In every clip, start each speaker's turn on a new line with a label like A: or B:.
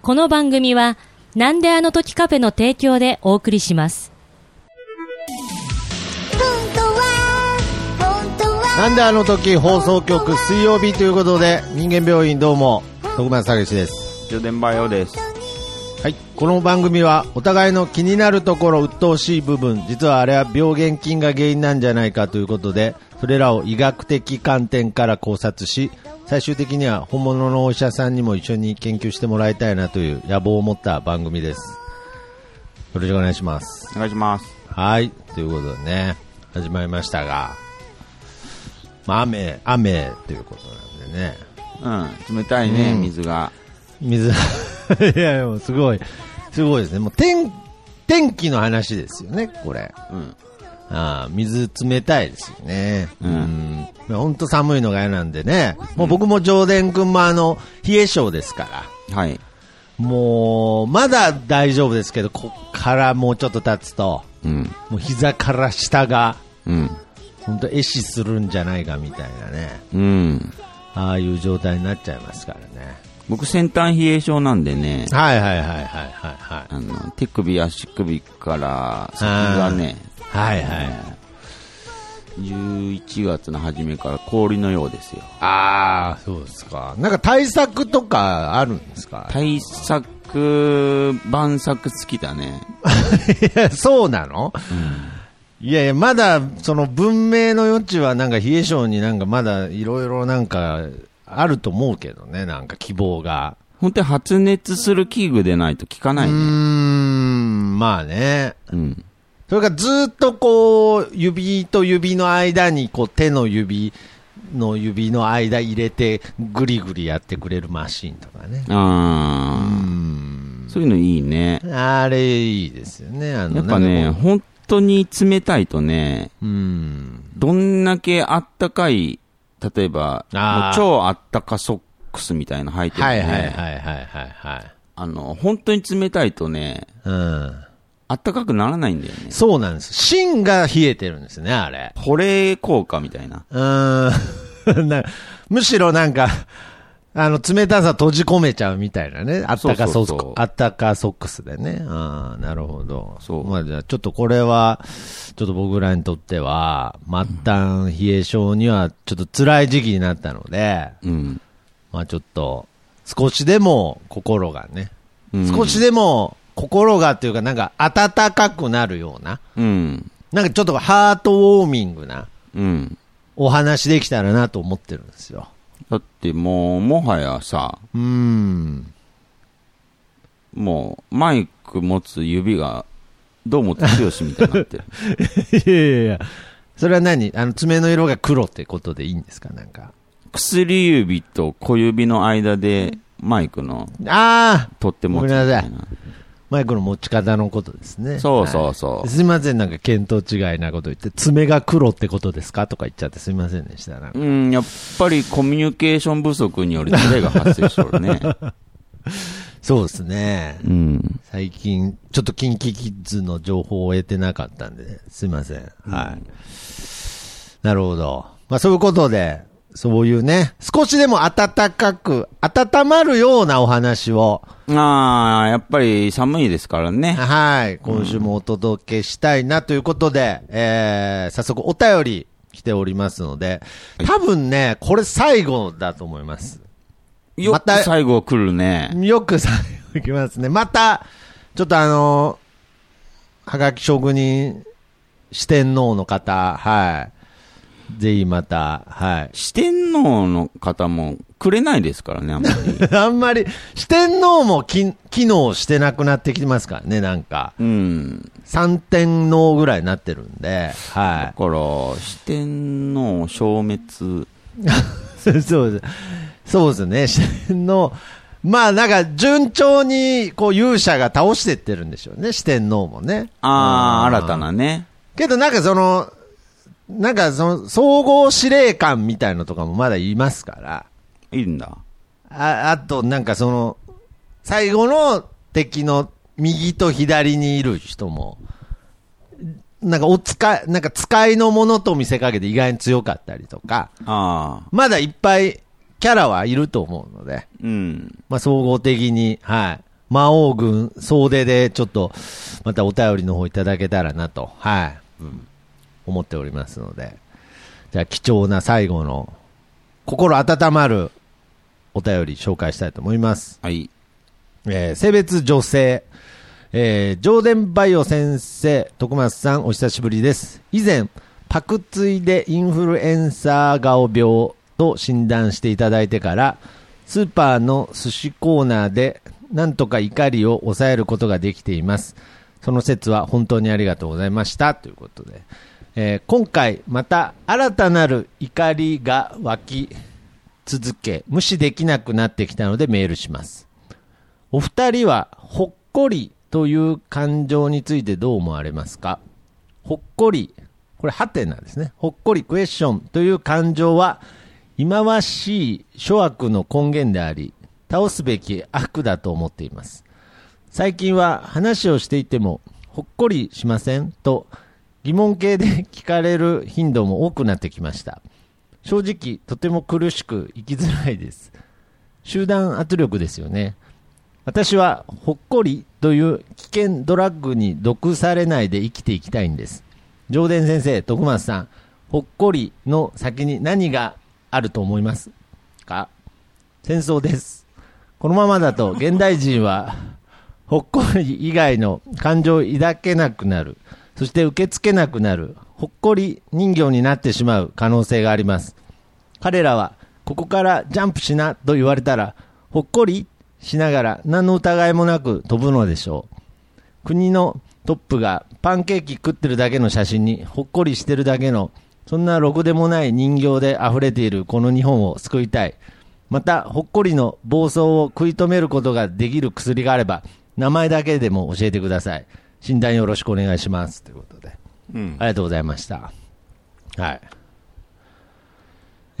A: この番組は、なんであの時カフェの提供でお送りします。
B: 本当は本当は
C: なんであの時放送局水曜日ということで、人間病院どうも、徳松剛です。
D: ジョデンバイオです。
C: はい。この番組は、お互いの気になるところ、鬱陶しい部分、実はあれは病原菌が原因なんじゃないかということで、それらを医学的観点から考察し、最終的には本物のお医者さんにも一緒に研究してもらいたいなという野望を持った番組です。よろしくお願いします。
D: お願いします。
C: はい、ということでね、始まりましたが、まあ、雨、雨ということなんでね、
D: うん、冷たいね、水が。
C: 水、 いや、でもすごい、すごいですね、もう天天気の話ですよね、これ。
D: うん。
C: ああ水冷たいですよね。うん。本当寒いのが嫌なんでね。もう僕も上田君もあの、冷え性ですから。
D: はい。
C: もう、まだ大丈夫ですけど、こっからもうちょっと経つと、
D: うん。
C: もう膝から下が
D: うん。
C: 本当壊死するんじゃないかみたいなね
D: うん。
C: ああいう状態になっちゃいますからね
D: 僕、先端冷え症なんでね、
C: はいはいはいはいはいはい
D: あの、手首、足首から先がね、
C: はいはい
D: 11月の初めから氷のようですよ。
C: ああそうですかなんか対策とかあるんですか
D: 対策、晩作好きだね。
C: いや そうなの、いやいやまだその文明の余地はなんか冷え性になんかまだいろいろなんかあると思うけどねなんか希望が
D: 本当に発熱する器具でないと効かないう
C: ー
D: ね。
C: んまあね
D: うん。
C: それからずーっとこう、指と指の間に、こう、手の指の指の間入れて、ぐりぐりやってくれるマシンとかね。
D: ああ。そういうのいいね。
C: あれ、いいですよね。あの
D: やっぱね、
C: なんかこ
D: 本当に冷たいとね、
C: ううん。
D: どんだけあったかい、例えば、も
C: あー
D: う超あったかソックスみたいなの履いてるん
C: は
D: で、
C: いはいはいはいはいはい。
D: あの、本当に冷たいとね、
C: うん。
D: あったかくならないんだよね。
C: そうなんです。芯が冷えてるんですね、あれ。
D: 保冷効果みたいな。
C: うーん。な むしろなんか、あの、冷たさ閉じ込めちゃうみたいなね。あったかソックス、
D: そうそうそう
C: あったかソックスでね。ああ、なるほど。
D: そう
C: まあじゃあ、ちょっとこれは、ちょっと僕らにとっては、末端冷え症にはちょっと辛い時期になったので、
D: うん。
C: まあちょっと、少しでも心がね、
D: うん
C: 少しでも心がっていうかなんか暖かくなるような、
D: うん。
C: なんかちょっとハートウォーミングな
D: うん。
C: お話できたらなと思ってるんですよ。
D: だってもう、もはやさ、
C: うーん。
D: もう、マイク持つ指が、どうも強しみたいになっ てる。
C: いやいやいや。それは何あの、爪の色が黒ってことでいいんですかなんか。
D: 薬指と小指の間で、マイクの
C: ああ
D: 取って持つみた
C: ご
D: い
C: めん
D: な。
C: マイクの持ち方のことですね。
D: そうそうそう
C: はいすいません、なんか見当違いなこと言って、爪が黒ってことですかとか言っちゃってすいませんでした。なんか
D: うん、やっぱりコミュニケーション不足によるズレが発生しと るね。
C: そうですね。
D: うん。
C: 最近、ちょっとキンキキッズの情報を得てなかったんで、すいません。はい。なるほど。まあそういうことで、そういうね、少しでも暖かく、温まるようなお話を、
D: ああ、やっぱり寒いですからね。
C: はい。今週もお届けしたいなということで、えー、早速お便り来ておりますので、多分ね、これ最後だと思います。
D: よ
C: ま
D: く
C: た
D: 最後来るね。
C: よく最後いきますね。また、ちょっとあのー、はがき職人、四天王の方、はい。ぜひまた、はい。
D: 四天王の方もくれないですからね、あんま り。
C: あんまり、四天王もき機能してなくなってきてますからね、なんか。
D: うん。
C: 三天王ぐらいになってるんで、はい
D: だ。から、四天王消滅。
C: そうそうです。そうですね。四天王。まあなんか順調にこう勇者が倒してってるんでしょうね。四天王もね。
D: ああ、新たなね。
C: けどなんかその、なんかその総合司令官みたいのとかもまだいますから。
D: いいんだ。
C: あ、あとなんかその、最後の敵の右と左にいる人も、なんかお使い、なんか使いのものと見せかけて意外に強かったりとか、
D: ああ、
C: まだいっぱいキャラはいると思うので。
D: うん。
C: まあ、総合的に、はい。魔王軍総出で、ちょっと、またお便りの方いただけたらなと、はい、思っておりますので。じゃあ、貴重な最後の、心温まるお便り紹介したいと思います。
D: はい。
C: えー性別女性、えー、ジョーデンバイオ先生、徳松さん、お久しぶりです。以前、パクついでインフルエンサー顔病と診断していただいてから、スーパーの寿司コーナーで、なんとか怒りを抑えることができています。その説は本当にありがとうございました。ということで、えー今回また新たなる怒りが湧き続け、無視できなくなってきたのでメールします。お二人は、ほっこりという感情についてどう思われますかほっこり、これ、ハテナですね。ほっこり、クエスチョンという感情は、忌まわしい諸悪の根源であり、倒すべき悪だと思っています。最近は話をしていても、ほっこりしませんと疑問形で聞かれる頻度も多くなってきました。正直、とても苦しく生きづらいです。集団圧力ですよね。私はほっこりという危険ドラッグに毒されないで生きていきたいんです上田先生徳松さんほっこりの先に何があると思いますか戦争ですこのままだと現代人はほっこり以外の感情を抱けなくなるそして受け付けなくなるほっこり人形になってしまう可能性があります彼らはここからジャンプしなと言われたらほっこりしながら何の疑いもなく飛ぶのでしょう国のトップがパンケーキ食ってるだけの写真にほっこりしてるだけのそんなろくでもない人形で溢れているこの日本を救いたいまたほっこりの暴走を食い止めることができる薬があれば名前だけでも教えてください診断よろしくお願いしますということで
D: うん
C: あ。りがとうございました。はい。い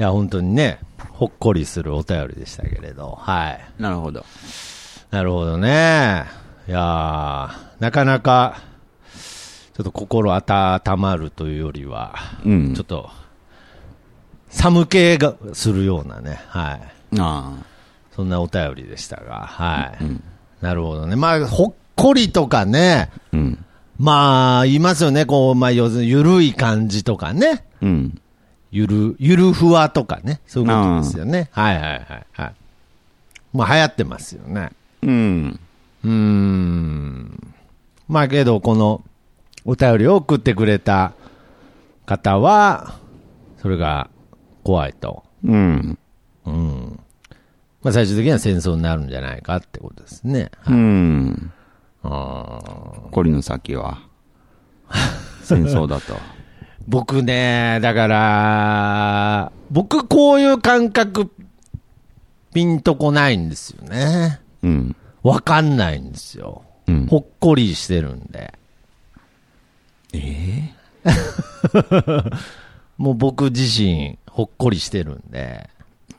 C: や、本当にね、ほっこりするお便りでしたけれど、はい。
D: なるほど。
C: なるほどね。いやーなかなか、ちょっと心温まるというよりは、
D: うん
C: ちょっと、寒気がするようなね、はい。
D: あ
C: そんなお便りでしたが、はい。
D: ん
C: なるほどね。まあ、ほっこりとかね、
D: あ。うん。
C: まあ、言いますよね、こう、まあ、要するにゆるい感じとかね。
D: うん。
C: ゆる、ゆるふわとかね。そういうことですよね。はいはいはいはい。まあ流行ってますよね。
D: うん。
C: うーん。まあけど、このお便りを送ってくれた方は、それが怖いと。
D: うん。
C: うん。まあ最終的には戦争になるんじゃないかってことですね。
D: うん。
C: あー
D: こりの先は。 戦争だと。
C: 僕ね、だから、僕こういう感覚、ピンとこないんですよね。
D: うん。
C: わかんないんですよ。
D: うん
C: ほっこりしてるんで。
D: ええ
C: もう僕自身、ほっこりしてるんで。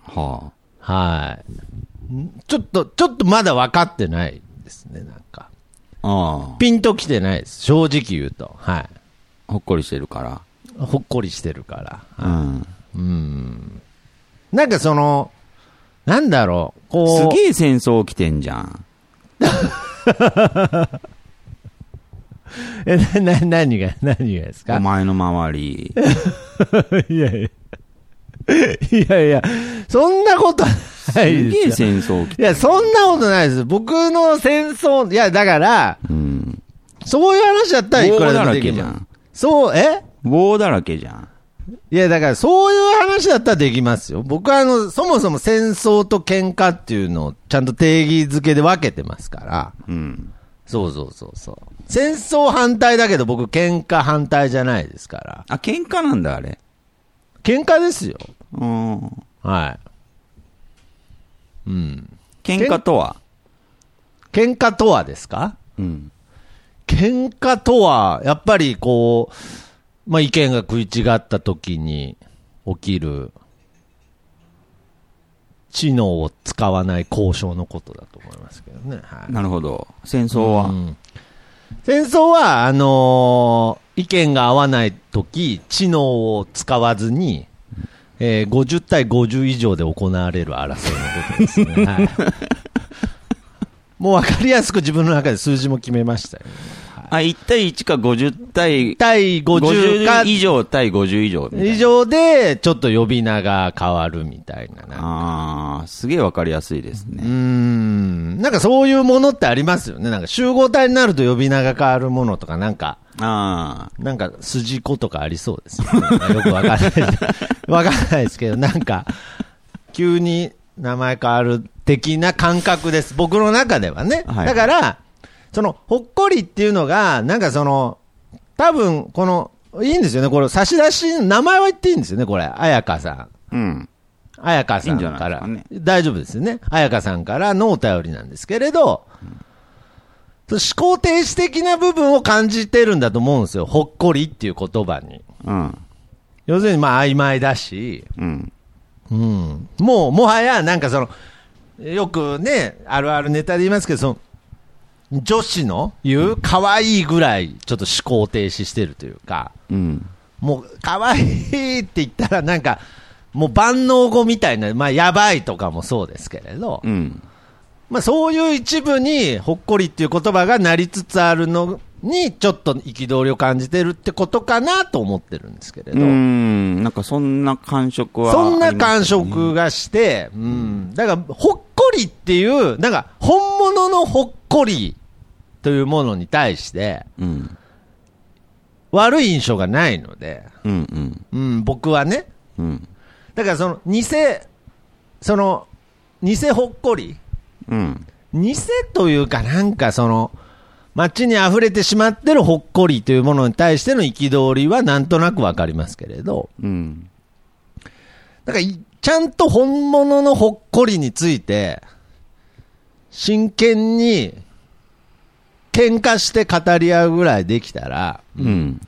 D: は
C: はい。んちょっと、ちょっとまだ分かってないですね、なんか。
D: あ。あ
C: ピンときてないです。正直言うと。はい。
D: あ。ほっこりしてるか
C: ほっこりしてるから。
D: ら。うん。
C: なんかその、なんだろう、
D: す
C: こう。
D: げえ戦争起きてんじゃん。
C: え、な、な、何が、何がですか
D: お前の 周り。
C: いやいや。いやいや、そんなことない
D: すげ
C: で
D: え
C: すよ。
D: 戦争起きて
C: いや、そんなことないです。僕の戦争、いや、だから、
D: うん。
C: そういう話だったらいくらでもでき
D: 棒だらけじ
C: ま
D: ゃ
C: す
D: ん。
C: そう、え
D: 棒だらけじゃん。
C: いや、だから、そういう話だったらできますよ。僕は、あの、そもそも戦争と喧嘩っていうのを、ちゃんと定義づけで分けてますから。
D: うん。
C: そうそうそうそう。戦争反対だけど、僕、喧嘩反対じゃないですから。
D: あ、喧嘩なんだ、あれ。
C: 喧嘩ですよ。
D: うん。
C: はい。
D: 喧嘩とは。
C: 喧嘩とはですか
D: うん。
C: 喧嘩とは、やっぱりこう、まあ、意見が食い違った時に起きる、知能を使わない交渉のことだと思いますけどね。はい、
D: なるほど。戦争は。
C: うん戦争は、あのー意見が合わない時、知能を使わずに、えー50対50以上で行われる争いのことですね。はいもうわかりやすく自分の中で数字も決めましたよ。
D: あ、1対1か50対、
C: 対50か
D: 以上対50以上みたいな。
C: 以上で、ちょっと呼び名が変わるみたいなな。
D: ああ、すげえわかりやすいです
C: うー
D: ね。
C: ん。なんかそういうものってありますよね。なんか集合体になると呼び名が変わるものとか、なんか、
D: あ
C: なんか筋子とかありそうですよね。よくわかんない。わかんないですけど、なんか、急に名前変わる的な感覚です。僕の中ではね。
D: はい
C: だから、その、ほっこりっていうのが、なんかその、多分、この、いいんですよね。これ、差出し、名前は言っていいんですよね、これ。彩香さん。
D: あ、うん。
C: 彩香さん
D: いいんじ
C: か
D: ゃな
C: ら
D: いですか
C: 大丈夫ですよね、彩香さんからのお便りなんですけれど、その思考停止的な部分を感じてるんだと思うんですよ、ほっこりっていう言葉に。
D: うん。
C: 要するに、まあ、曖昧だし、
D: うん。
C: うん、もう、もはや、なんかその、よくね、あるあるネタで言いますけど、その女子の言う、可愛いぐらい、ちょっと思考停止してるというか。
D: うん。
C: もう、可愛いって言ったら、なんか、もう万能語みたいな、まあ、やばいとかもそうですけれど、
D: うん。
C: まあ、そういう一部に、ほっこりっていう言葉がなりつつあるのに、ちょっと憤りを感じてるってことかなと思ってるんですけれ
D: う
C: ど、
D: ん。なんかそんな感触はあ
C: そんな
D: ります
C: 感触がして、うん、だから、ほっこりっていう、なんか、本物のほっこりというものに対して、
D: うん。
C: 悪い印象がないので、
D: うん。うん。
C: うん、僕はね、
D: うん。
C: だからその偽、その偽ほっこり、
D: うん。
C: 偽というか、なんかその、街に溢れてしまってるほっこりというものに対しての憤りはなんとなくわかりますけれど、
D: うん。
C: だからいちゃんと本物のほっこりについて、真剣に喧嘩して語り合うぐらいできたら、
D: うん。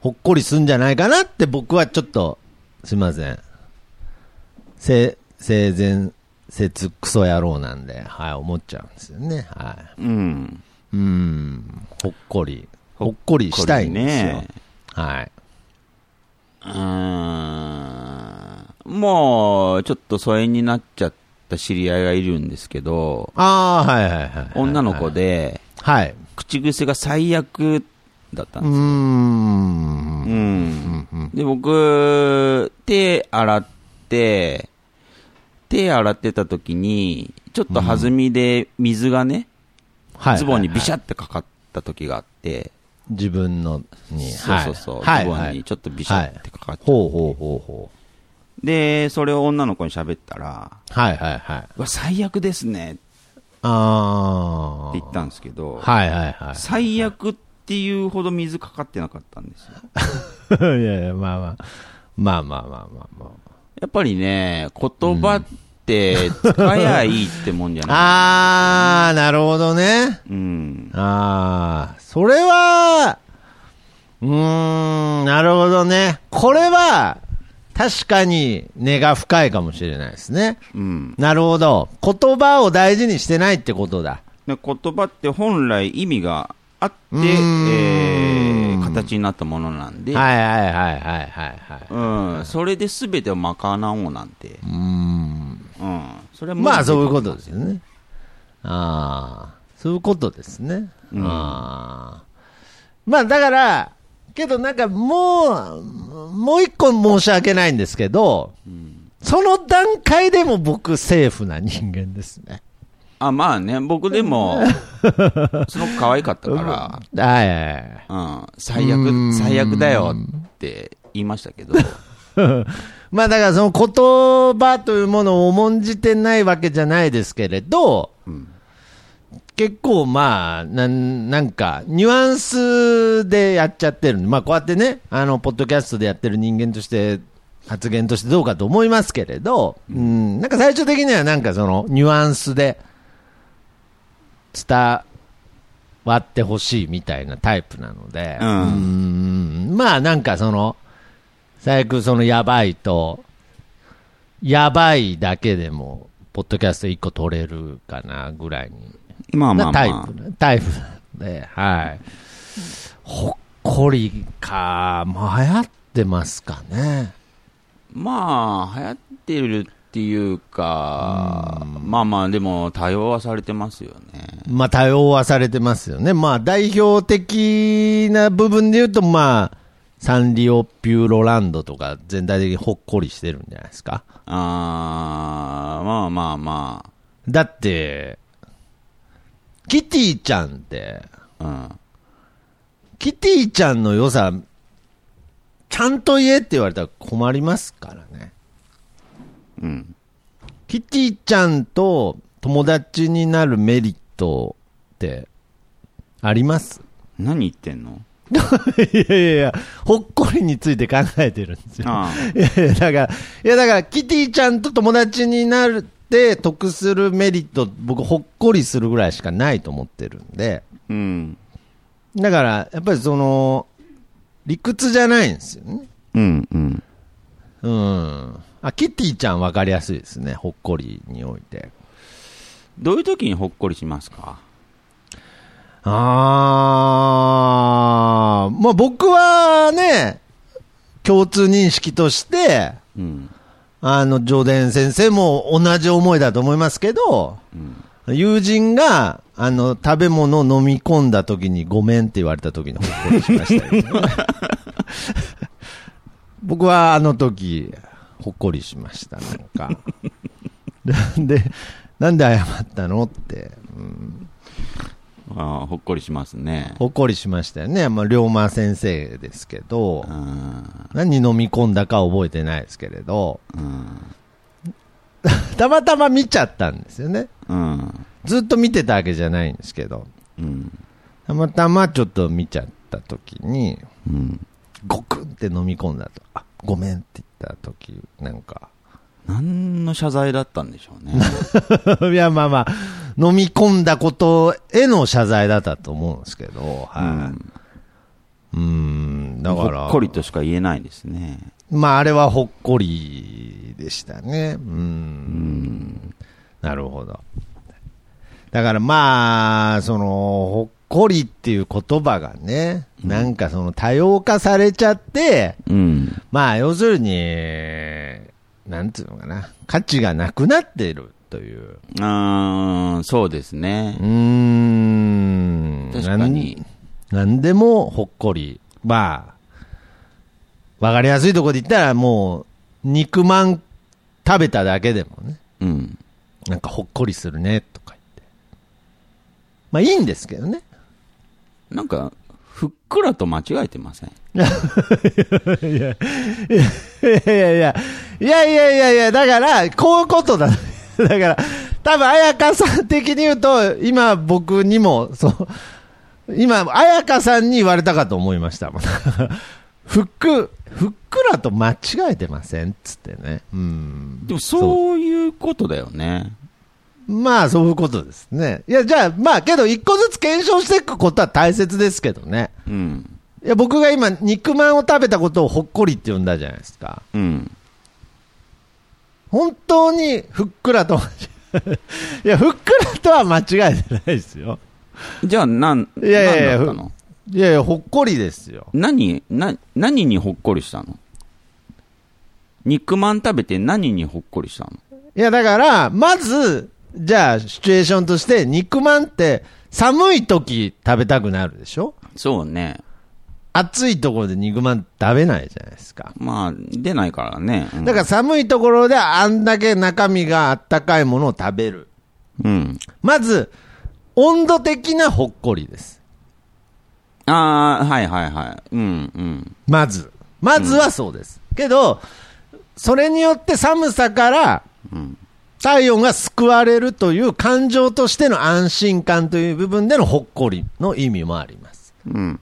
C: ほっこりすんじゃないかなって僕はちょっと、すいません。せ、生前節クソ野郎なんで、はい、思っちゃうんですよね。は
D: うん。
C: い。うん、ほっこり。ほっこりしたいんですよ。
D: ほっこ
C: はい。
D: うーんもう、ちょっと疎遠になっちゃった知り合いがいるんですけど、
C: ああ、はいはいはいはい。
D: 女の子。で、
C: はい。
D: 口癖が最悪だったん
C: うー。
D: ですよ。うんん。で、僕、手洗って、手洗ってた時に、ちょっと弾みで水がね、
C: はい。
D: ズボンにビシ
C: ャ
D: ャってかかった時があって、
C: 自分のに。
D: そうそうそう、
C: はい
D: ズボ
C: は
D: ン
C: い
D: にちょっとビシャってかかっちゃって、
C: ほうほうほうほう。
D: で、それを女の子に喋ったら、
C: はいはいはい。
D: うわ、最悪ですねって
C: ああ。
D: 言ったんですけど、
C: はいはいはい。
D: 最悪っていうほど水かかってなかったんですよ。
C: いやいや、まあまあ。まあまあまあまあま
D: やっぱりね、言葉って使えばいいってもんじゃ ない。
C: あ。あー、なるほどね。
D: うん。
C: あー、それは、うーん、なるほどね。これは、確かに根が深いかもしれないですね。
D: うん。
C: なるほど。言葉を大事にしてないってことだ。
D: で言葉って本来意味があって、え
C: うーん
D: ー形になったものなんで、
C: はいはいはいはいはいはい。
D: うん。それで全てを賄おうなんて、
C: うーん。
D: うん。それは無理
C: まあそういうことですよね。ああ、そういうことですね。
D: うん
C: あーまあだから、けどなんかもう、もう一個申し訳ないんですけど、その段階でも僕、セーフな人間ですね。
D: あ、まあね、僕 でも、すごく可愛かったから、
C: はいはいはい。
D: うん、最悪、最悪だよって言いましたけど、
C: まあだからその言葉というものを重んじてないわけじゃないですけれど、
D: うん
C: 結構まあなん、なんか、ニュアンスでやっちゃってるんで、まあこうやってね、あの、ポッドキャストでやってる人間として、発言としてどうかと思いますけれど、うん、なんか最終的にはなんかその、ニュアンスで、伝わってほしいみたいなタイプなので、
D: うん
C: うんまあなんかその、最悪そのやばいと、やばいだけでも、ポッドキャスト1個取れるかなぐらいに、
D: まあま
C: な
D: あま
C: タ
D: あ。
C: イプ、タイプなんで、はい。ほっこりか、まあ流行ってますかね。
D: まあ、流行ってるってっていうか、まあまあ、でも、多様はされてますよね。
C: まあ、多様はされてますよね。まあ、代表的な部分で言うと、まあ、サンリオピューロランドとか、全体的にほっこりしてるんじゃないですか。
D: あー、まあまあま
C: だって、キティちゃんって、
D: あ、うん。
C: キティちゃんの良さ、ちゃんと言えって言われたら困りますからね。
D: うん。
C: キティちゃんと友達になるメリットってあります
D: 何言ってんの
C: いやいやいや、ほっこりについて考えてるんですよ。
D: あ
C: いや いや、だから、いやだから、キティちゃんと友達になるって得するメリット、僕、ほっこりするぐらいしかないと思ってるんで、
D: うん。
C: だから、やっぱりその、理屈じゃないんですよね。
D: うん、うん。
C: うん。あ、キティちゃん分かりやすいですね、ほっこりにおいて。
D: どういう時にほっこりしますか
C: あー、まあ僕はね、共通認識として、
D: うん。
C: あの、上田先生も同じ思いだと思いますけど、
D: うん。
C: 友人が、あの、食べ物を飲み込んだ時にごめんって言われた時のほっこりしましたよ、ね。僕はあの時、ほっこりしました、なんか。なんで、なんで謝ったのって、うん
D: あーほっこりしますね。
C: ほっこりしましたよね。まあ、龍馬先生ですけど
D: う、ん。
C: 何飲み込んだか覚えてないですけれど、
D: うん。
C: たまたま見ちゃったんですよね。
D: うん。
C: ずっと見てたわけじゃないんですけど、
D: うん。
C: たまたまちょっと見ちゃった時に、
D: うん。
C: ゴクンって飲み込んだと、あごめんって言った時なんか、
D: 何の謝罪だったんでしょう ね。
C: いや、まあまあ、飲み込んだことへの謝罪だったと思うんですけど、はい。
D: うん
C: うん、だから、
D: ほっこりとしか言えないですね。
C: まあ、あれはほっこりでしたね。うん。なるほど。だからまあ、その、ほっこりっていう言葉がね、なんかその多様化されちゃって、
D: うん。
C: まあ、要するに、なんつうのかな、価値がなくなっているという。
D: あーそうです
C: うー
D: ね。
C: ん。
D: 確かに。
C: なん。なんでもほっこり。まあ、わかりやすいところで言ったら、もう、肉まん食べただけでもね、
D: うん。
C: なんかほっこりするね、とか言って。まあ、いいんですけどね。
D: なんか、ふっくらと間違えてません。
C: いやいやいや、いやいやいやいや、だから、こういうことだ。 だから、多分、彩香さん的に言うと、今僕にも、そう、今、彩香さんに言われたかと思いましたもん。 ふっく、ふっくらと間違えてませんっつってね。うん。
D: でも、そういうことだよね。
C: まあ、そういうことですね。いや、じゃあ、まあ、けど、一個ずつ検証していくことは大切ですけどね。
D: うん。
C: いや、僕が今、肉まんを食べたことをほっこりって呼んだじゃないですか。
D: うん。
C: 本当にふっくらといやふっくらとは間違えてないですよ
D: じゃあ、なん、
C: いやいやいや
D: なんだったの
C: いやいやほっこりですよ
D: 何、な、何にほっこりしたの肉まん食べて何にほっこりしたの
C: いやだからまずじゃあシチュエーションとして肉まんって寒い時食べたくなるでしょ
D: そうね。
C: 暑いところで肉まん食べないじゃないですか
D: まあ、出ないからね。うん
C: だから、寒いところであんだけ中身があったかいものを食べる
D: うん。
C: まず温度的なほっこりです
D: ああ、はいはいはい。うん、うん。
C: まず。まずはそうです。けど、それによって寒さから
D: うん。
C: 体温が救われるという感情としての安心感という部分でのほっこりの意味もあります。
D: うん。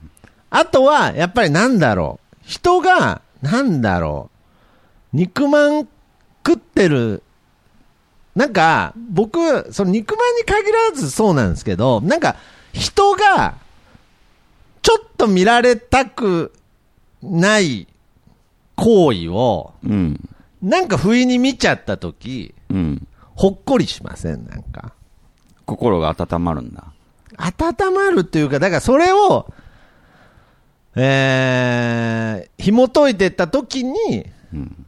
C: あとは、やっぱりなんだろう。人が、なんだろう。肉まん食ってる。なんか、僕、その肉まんに限らずそうなんですけど、なんか、人が、ちょっと見られたくない行為を、
D: うん。
C: なんか不意に見ちゃったとき、
D: うん。
C: ほっこりしませんなんか。
D: 心が温まるんだ。
C: 温まるというか、だからそれを、えー、紐解いてったときに、
D: うん。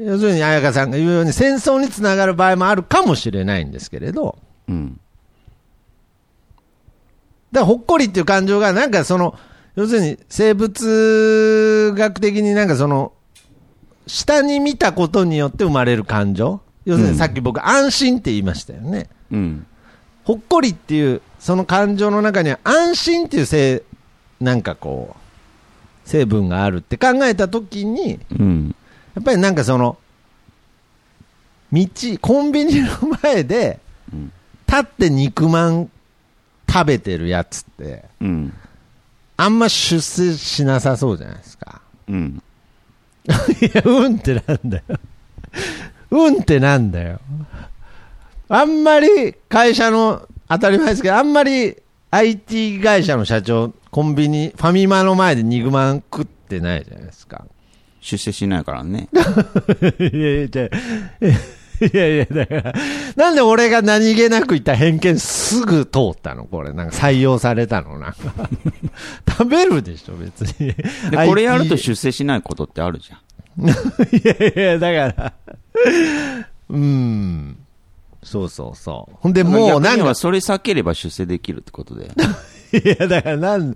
C: 要するに彩香さんが言うように戦争につながる場合もあるかもしれないんですけれど、
D: うん。
C: だからほっこりっていう感情が、なんかその、要するに生物学的になんかその、下に見たことによって生まれる感情、要するにさっき僕、安心って言いましたよね、
D: うん。
C: ほっこりっていう、その感情の中には、安心っていうせい、なんかこう、成分があるって考えたときに、
D: うん。
C: やっぱりなんかその、道、コンビニの前で、
D: うん
C: 立って肉まん食べてるやつって、
D: うん。
C: あんま出世しなさそうじゃないですか。
D: うん。
C: いや、うんってなんだよ。うんってなんだよ。あんまり会社の、当たり前ですけど、あんまり IT 会社の社長、コンビニ、ファミマの前で肉まん食ってないじゃないですか。
D: 出世しないか らね。
C: いやいや、じゃあいやいや、だから、なんで俺が何気なく言った偏見すぐ通ったのこれ、なんか採用されたのなんか。食べるでしょ、別に。
D: で、これやると
C: IT
D: 出世しないことってあるじゃん。
C: いやいや、だから、うん。そうそうそう。ほんで、もう
D: 逆
C: なん
D: に
C: か
D: は、それ避ければ出世できるってことで。
C: いや、だからなん、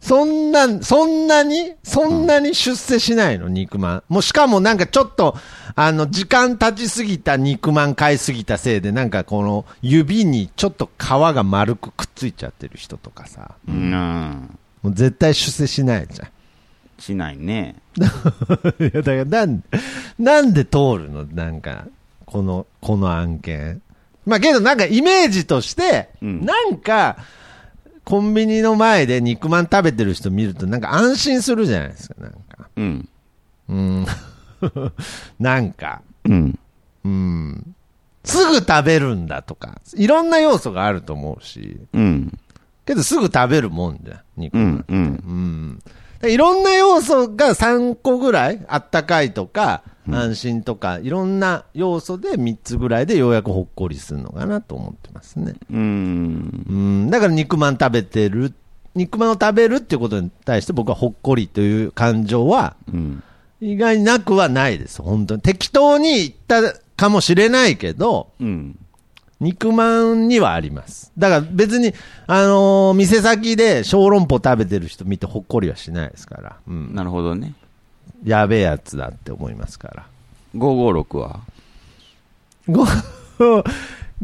C: そんな、そんなに、そんなに出世しないの、肉まん。もうしかもなんかちょっと、あの、時間経ちすぎた肉まん買いすぎたせいで、なんかこの、指にちょっと皮が丸くくっついちゃってる人とかさ、
D: うん。
C: もう絶対出世しないじゃん。
D: しないね。
C: いや、だからなん、なんで通るのなんか、この、この案件。まあけどなんかイメージとして、
D: うん
C: なんか、コンビニの前で肉まん食べてる人見るとなんか安心するじゃないですか、なんか。
D: うん。
C: うん。 なんか、
D: うん。
C: うん。すぐ食べるんだとか、いろんな要素があると思うし、
D: うん。
C: けどすぐ食べるもんじゃん、肉
D: う
C: まん
D: ん。うん。
C: うんいろんな要素が3個ぐらい、あったかいとか、安心とか、いろんな要素で3つぐらいでようやくほっこりするのかなと思ってますね。
D: うん。
C: うん、だから肉まん食べてる、肉まんを食べるっていうことに対して僕はほっこりという感情は、
D: うん。
C: 意外になくはないです、本当に。適当に言ったかもしれないけど、
D: うん。
C: 肉まんにはあります。だから別に、あのー店先で小籠包食べてる人見てほっこりはしないですから。うん。
D: なるほどね。
C: やべえやつだって思いますから。
D: 556は
C: ご、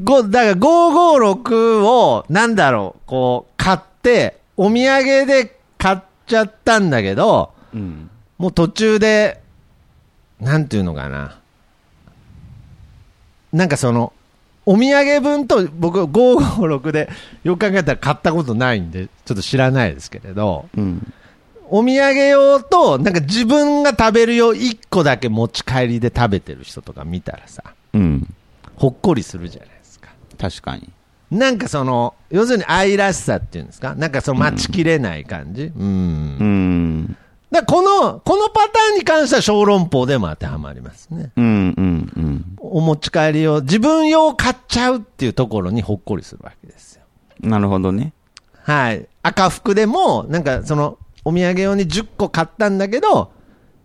C: ご、だから556を、なんだろう、こう、買って、お土産で買っちゃったんだけど、
D: うん。
C: もう途中で、なんていうのかな。なんかその、お土産分と僕556でよく考えたら買ったことないんで、ちょっと知らないですけれど、
D: うん。
C: お土産用と、なんか自分が食べる用1個だけ持ち帰りで食べてる人とか見たらさ、
D: うん。
C: ほっこりするじゃないですか。
D: 確かに。
C: なんかその、要するに愛らしさっていうんですかなんかその待ちきれない感じうん
D: うん。
C: だからこの、このパターンに関しては小籠包でも当てはまりますね。
D: うん。うん。うん。
C: お持ち帰りを、自分用買っちゃうっていうところにほっこりするわけですよ。
D: なるほどね。
C: はい。赤服でも、なんかその、お土産用に10個買ったんだけど、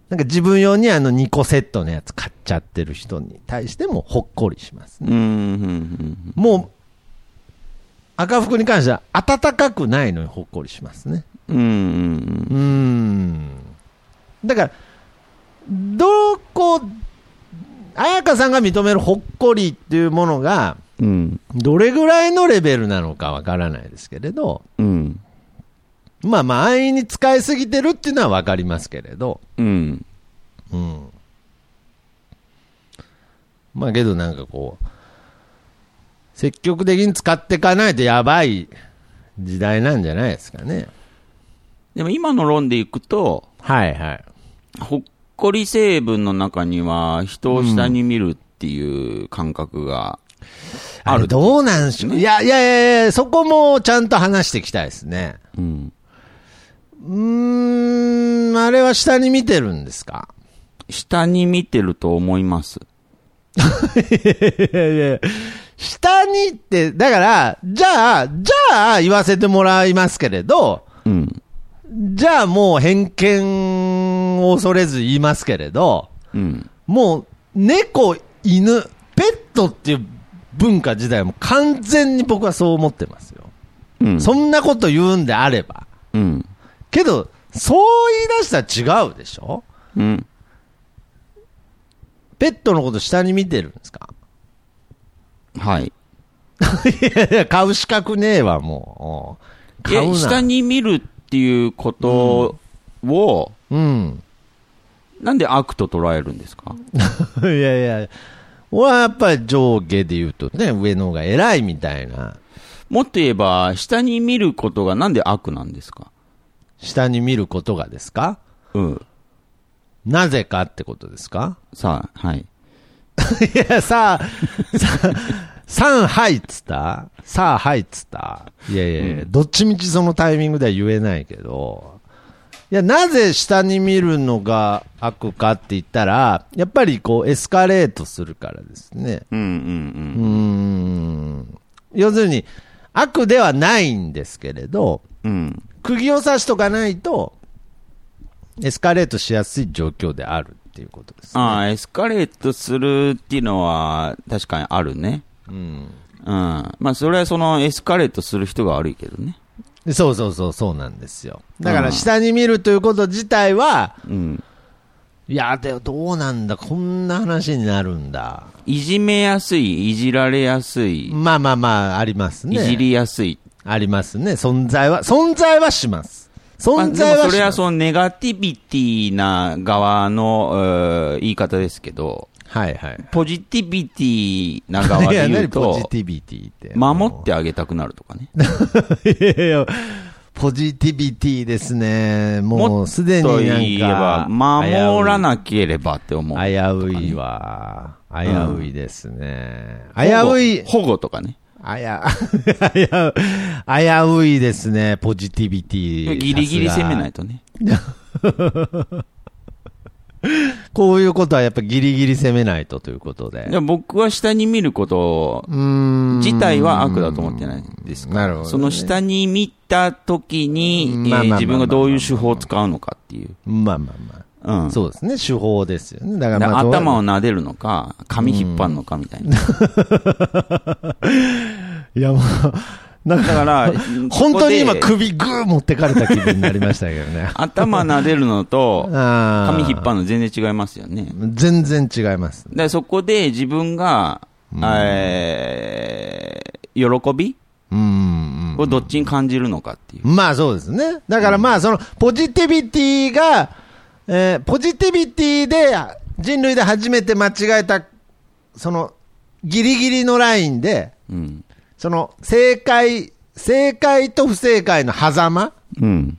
C: なんか自分用にあの2個セットのやつ買っちゃってる人に対してもほっこりしますね。
D: うん。うん。
C: もう、赤服に関しては暖かくないのにほっこりしますね。
D: うん。うん
C: うーんだから、どこ、彩香さんが認めるほっこりっていうものが、
D: うん。
C: どれぐらいのレベルなのかわからないですけれど、
D: うん。
C: まあまあ、安易に使いすぎてるっていうのはわかりますけれど、
D: うん。
C: うん。まあけどなんかこう、積極的に使っていかないとやばい時代なんじゃないですかね。
D: でも今の論でいくと、
C: はいはい。
D: ほっこり成分の中には、人を下に見るっていう感覚が
C: あ
D: あ
C: れ
D: る。
C: どうなんしょう、いやいやいやいや、そこもちゃんと話していきたいですね。
D: うん。
C: うーん、あれは下に見てるんですか
D: 下に見てると思います。
C: いやいや下にって、だから、じゃあ、じゃあ言わせてもらいますけれど、
D: うん。
C: じゃあもう偏見を恐れず言いますけれど、
D: うん。
C: もう猫、犬、ペットっていう文化自体はもう完全に僕はそう思ってますよ。
D: うん。
C: そんなこと言うんであれば。
D: うん。
C: けど、そう言い出したら違うでしょ
D: うん。
C: ペットのこと下に見てるんですか
D: はい。
C: いやいや、買う資格ねえわ、もう。
D: いや
C: 買うな。
D: 下。に見るっていうことを、
C: うん。
D: なんで悪と捉えるんですか
C: いやいや、俺はやっぱり上下で言うとね、上の方が偉いみたいな。
D: もっと言えば、下に見ることがなんで悪なんですか
C: 下に見ることがですか
D: うん。
C: なぜかってことですか
D: さあ、はい。
C: いや、さあ、さあ、さんはいっつったさあはいっつったいやいやいや、どっちみちそのタイミングでは言えないけど、いや、なぜ下に見るのが悪かって言ったら、やっぱりこうエスカレートするからですね。
D: うん
C: うーん。要するに、悪ではないんですけれど、
D: うんうん。うん。
C: 釘を刺しとかないと、エスカレートしやすい状況であるっていうことです、ね。
D: ああ、エスカレートするっていうのは、確かにあるね。
C: うん。
D: うん。まあ、それはその、エスカレートする人が悪いけどね。
C: そうそうそう、そうなんですよ。だか
D: う
C: ら、
D: ん
C: 下に見るということ自体は、
D: うん。
C: いや、でもどうなんだ、こんな話になるんだ。
D: いじめやすい、いじられやすい、
C: まあまあまあ、あります
D: い
C: ね。
D: じりやすい。
C: ありますね。存在は、存在はします。
D: まあ、
C: 存
D: で
C: 在
D: も
C: は
D: そ
C: し
D: れ
C: ま
D: は
C: す。
D: そのネガティビティな側の、えー言い方ですけど、
C: はいはい。
D: ポジティビティな側
C: いや、
D: で言
C: 何
D: う
C: ポジ
D: と
C: テ、ィビティって。
D: 守ってあげたくなるとかね。
C: いやいや、ポジティビティですね。も
D: も
C: う
D: っと
C: すでに
D: 言えば、
C: なんか
D: 守
C: 危うい
D: らなければって思う。
C: 危ういわ。危ういですね。危うい。
D: 保護保護とかね。
C: あや、 危う、危ういですね、ポジティビティ。。
D: ギリギリ攻めないいとね。
C: こういうことはやっぱギリギリ攻めないとということで。
D: でも僕は下に見ること
C: うーん
D: 自体は悪だと思ってないんですか
C: なるほどね
D: その下に見た時に、
C: うん
D: え
C: まあまあ
D: ー
C: まあ
D: 自分がどういう手法を使うのかっていう。
C: まあまあま
D: う
C: あ。
D: ん。
C: そうですね、手法ですよね。だから
D: だ
C: ま
D: から
C: あ、
D: 頭を撫でるのか、髪引っ張るのかみたいな。
C: いやもう、なん
D: だ
C: か、
D: から、
C: 本当に今
D: ここで。
C: 首グー持ってかれた気分になりましたけどね
D: 頭撫でるのと、
C: 髪
D: 髪引っ張るの全然違いますよね。
C: 全然違います。
D: で、そこで自分が、えー喜び
C: うんうん
D: をどっちに感じるのかっていう。
C: まあそうですね。だからまあそのポジティビティが、えーポジティビティで人類で初めて間違えた、そのギリギリのラインで、
D: うん。
C: その正解、正解と不正解の狭間
D: うん。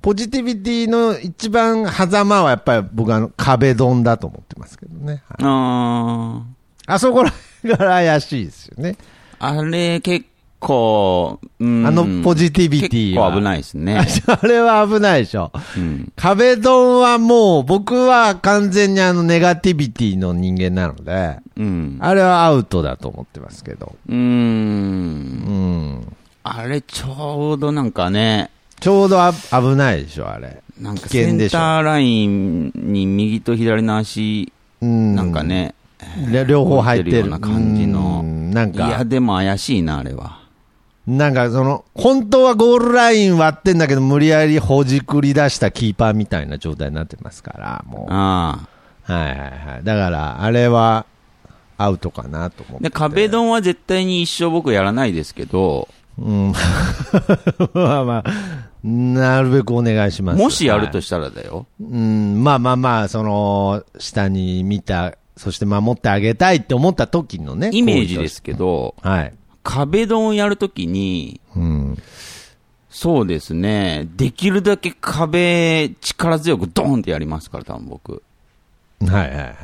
C: ポジティビティの一番狭間はやっぱり僕はあの壁ドンだと思ってますけどね。はい
D: あ
C: あそこら辺が怪しいですよね。
D: ーあれ結構、うん
C: あのポジティビティは
D: 結構危ないで すね。
C: あれは危ないでしょ。
D: うん。
C: 壁ドンはもう僕は完全にあのネガティビティの人間なので、
D: うん。
C: あれはアウトだと思ってますけど。
D: うーん。
C: うん。
D: あれちょうどなんかね、
C: ちょうどあ危ないでしょ、あれ。
D: なんか
C: 危
D: セ
C: 険で
D: ン
C: しょ
D: ターラインに右と左の足、
C: うん。
D: なんか。ね、
C: 両方入ってる。
D: ような感じの。
C: うんなん
D: いや、
C: か、
D: でも怪しいな、あれは。
C: なんかその、本当はゴールライン割ってんだけど、無理やりほじくり出したキーパーみたいな状態になってますから、もう。
D: あ
C: はいはいはい。だから、あれは、アウトかなと思っ
D: あ。
C: て。
D: で、壁ドンは絶対に一生僕やらないですけど、
C: うん。 まあまあ、なるべくお願いします。
D: もしやると
C: し、
D: したらだよ。
C: うん、まあまあまあ、その、下に見た、そして守ってあげたいって思った時のね。
D: イメージですけ
C: 行、為
D: ど
C: として。はい。
D: 壁ドンをやるときに、
C: うん。
D: そうですね、できるだけ壁、力強くドンってやりますから、多分僕。
C: はいはいはいはい。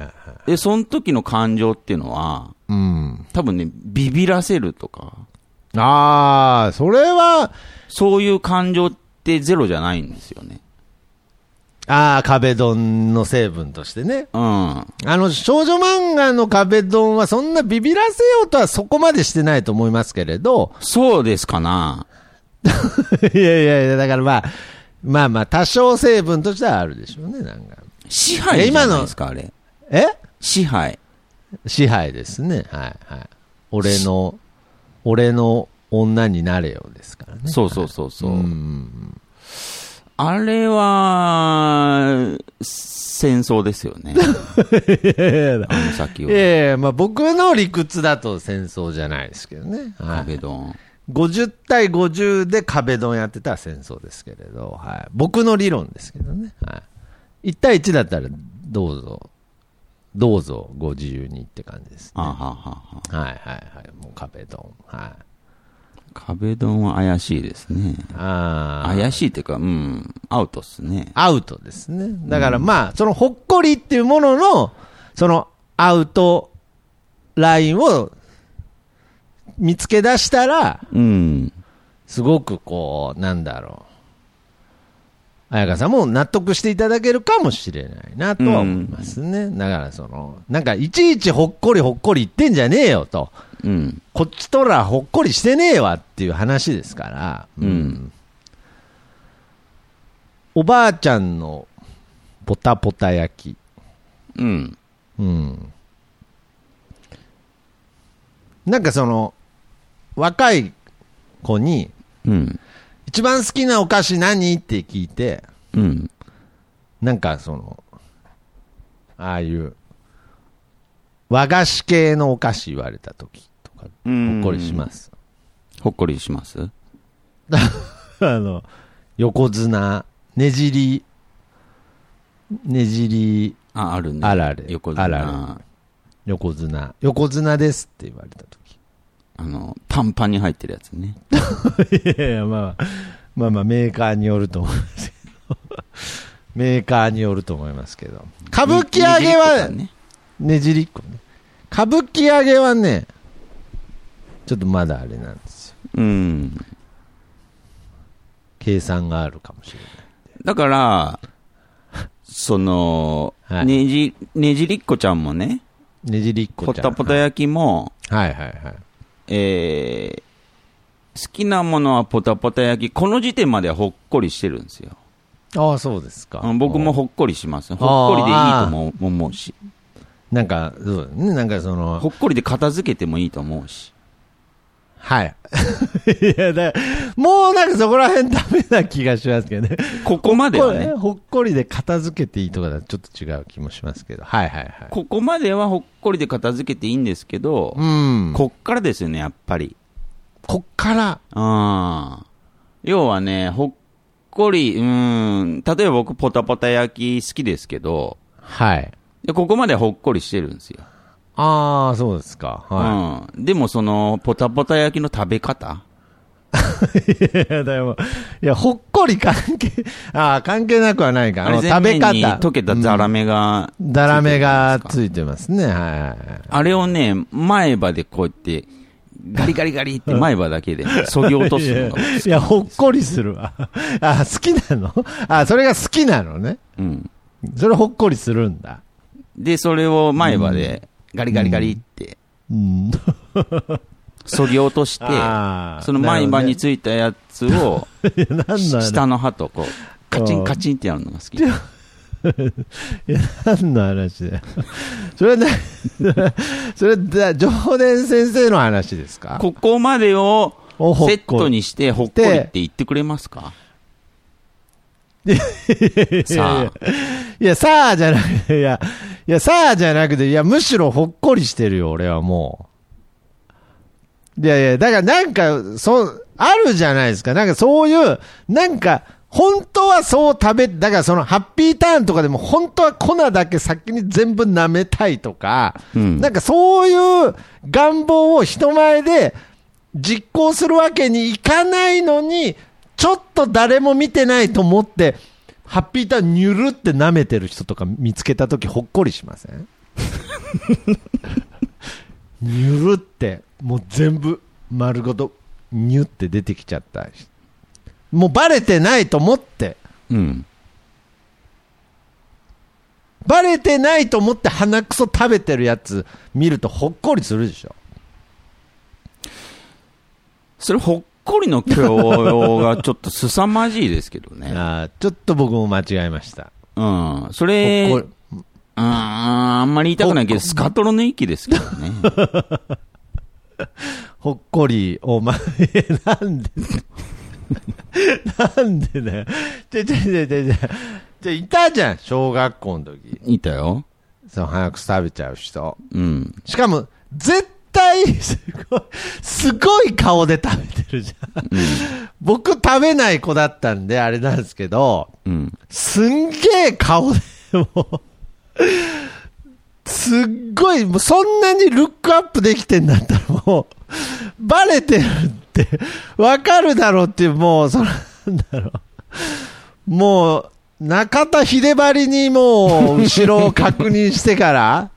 D: で、その時の感情っていうのは、
C: うん。
D: 多分ね、ビビらせるとか、
C: ああ、それは、
D: そういう感情ってゼロじゃないんですよね。
C: ああ、壁ドンの成分としてね。
D: うん。
C: あの、少女漫画の壁ドンはそんなビビらせようとはそこまでしてないと思いますけれど、
D: そうですかな。
C: いやいやいや、だからまあ、まあまあ、多少成分としてはあるでしょうね、なんか。
D: 支配じゃないですか、あれ。
C: ええ
D: 支配。
C: 支配ですね。はいはい。俺の、俺の女になれよですからね。
D: そうそうそうそう。
C: うん。
D: あれは、戦争ですよね。あの先は。
C: ええまあ僕の理屈だと戦争じゃないですけどね。は
D: 壁
C: い、
D: ドン。
C: 50対50で壁ドンやってたら戦争ですけれど、はい、僕の理論ですけどね。はい、1対1だったらどうぞ、どうぞご自由にって感じです、
D: あ
C: ね。
D: はは
C: は
D: はい
C: はいはい。もう壁ドン。はい。
D: 壁ドンは怪しいですね。
C: あー
D: 怪しいっていうか、うん、アウトっすね。
C: アウトですね。だからまあ、そのほっこりっていうものの、そのアウトラインを見つけ出したら、
D: うん。
C: すごくこう、なんだろう。彩香さんも納得していただけるかもしれないなとは思いますね。だからその、なんかいちいちほっこりほっこり言ってんじゃねえよと。
D: うん。
C: こっちとらほっこりしてねえわっていう話ですから、
D: うん
C: おばあちゃんのポタポタ焼き、
D: うん。
C: うん、なんかその若い子に
D: うん。
C: 一番好きなお菓子何って聞いて
D: うん。
C: なんかそのああいう和菓子系のお菓子言われた時とか
D: う
C: ほ
D: ん
C: っこりします
D: ほっこりします
C: あの、横綱、ねじり、ねじり、
D: あ、あるね。
C: あられ
D: 横綱。
C: あられ横綱、横綱ですって言われたと
D: あの、パンパンに入ってるやつね。
C: き。 いやいや、まあ、まあまあ、メーカーによると思いますけど。メーカーによると思いますけど。歌舞伎揚げ
D: 握りと
C: は、
D: かね
C: ねじりっこね。歌舞伎揚げはね、ちょっとまだあれなんですよ。
D: うん。
C: 計算があるかもしれない。
D: だから、その、
C: はい
D: ねじ、ねじりっこちゃんもね、
C: ねじりっこ
D: ポ
C: ちゃん。
D: タポタ焼きも、
C: はいはいはい。
D: えー好きなものはポタポタ焼き、この時点まではほっこりしてるんですよ。
C: ああ、そうですか。
D: うん僕もほっこりします。ほっこりでいいとも思うし、
C: なんか、そうだね。なんかその、
D: ほっこりで片付けてもいいと思うし。
C: はい。 いや、だもうなんかそこら辺ダメな気がしますけどね。
D: ここまで
C: こ
D: は
C: れ
D: ね、
C: ほっこりで片付けていいとかだとちょっと違う気もしますけど。はいはいはい。
D: ここまではほっこりで片付けていいんですけど、
C: うん。こ、
D: こっからですよね、やっぱり。
C: こっから。
D: ああ。要はね、ほっこり、うーん、例えば僕、ポタポタ焼き好きですけど、
C: はい。
D: でここまでほっこりしてるんですよ。
C: ああ、そうですか。は
D: うん。でも、その、ポタポタ焼きの食べ方
C: い。 いや、だよ。いや、ほっこり関係、 ああ、関係なくはないか。あの、食べ
D: 全面に
C: 方。
D: 溶けたザラメが、
C: だらめがついてますね。はいはいはい。
D: あれをね、前歯でこうやって、ガリガリガリって前歯だけで、そ ぎ落とすのが。
C: いや、ほっこりするわ。あ、好きなのあ、それが好きなのね。
D: うん。
C: それほっこりするんだ。
D: で、それを前歯で、ガリガリガリって、
C: うん。
D: そぎ落として、
C: あー
D: その前歯についたやつを、
C: いや、なんなの
D: 下の歯とこう、カチンカチンってやるのが好き。
C: いや、 何の話だよ。それはね、 それだ、常連先生の話ですか
D: ここまでを
C: おほっこ
D: セ
C: り
D: ットにして、ほっこりって言ってくれますかさあ、
C: いや、さあじゃなくて、いや、いや、さあじゃなくて、いや、むしろほっこりしてるよ、俺はもう。いやいや、だからなんか、そう、あるじゃないですか。なんかそういう、なんか、本当はそう食べ、だからそのハッピーターンとかでも本当は粉だけ先に全部舐めたいとか、
D: うん
C: なんかそういう願望を人前で実行するわけにいかないのに、ちょっと誰も見てないと思って、ハッピーターンにゅるって舐めてる人とか見つけたときほっこりしませんにゅるって、もう全部丸ごとにゅって出てきちゃった人。もうバレてないと思って、
D: うん。
C: バレてないと思って鼻くそ食べてるやつ見るとほっこりするでしょ。
D: それほっこりの教養がちょっと凄まじいですけどね。
C: あーちょっと僕も間違えました。
D: うん。そ
C: ほっ
D: れ
C: こり、
D: あーあんまり言いたくないけど、スカトロの域ですけど ね。
C: ほっこり、お前、なんで、 なんでだよ。ちょいちょいちょいちょいちょい。ちょいたじゃん、小学校の時。
D: いたよ。
C: その早く食べちゃう人。
D: うん。
C: しかも、絶対、すごい、すごい顔で食べてるじゃん。僕食べない子だったんで、あれなんですけど、
D: うん。
C: すんげえ顔で、もう、すっごい、もうそんなにルックアップできてんだったらもう、バレてるって、わかるだろうっていう、もう、その、なんだろう。もう、中田秀張りにもう、後ろを確認してから、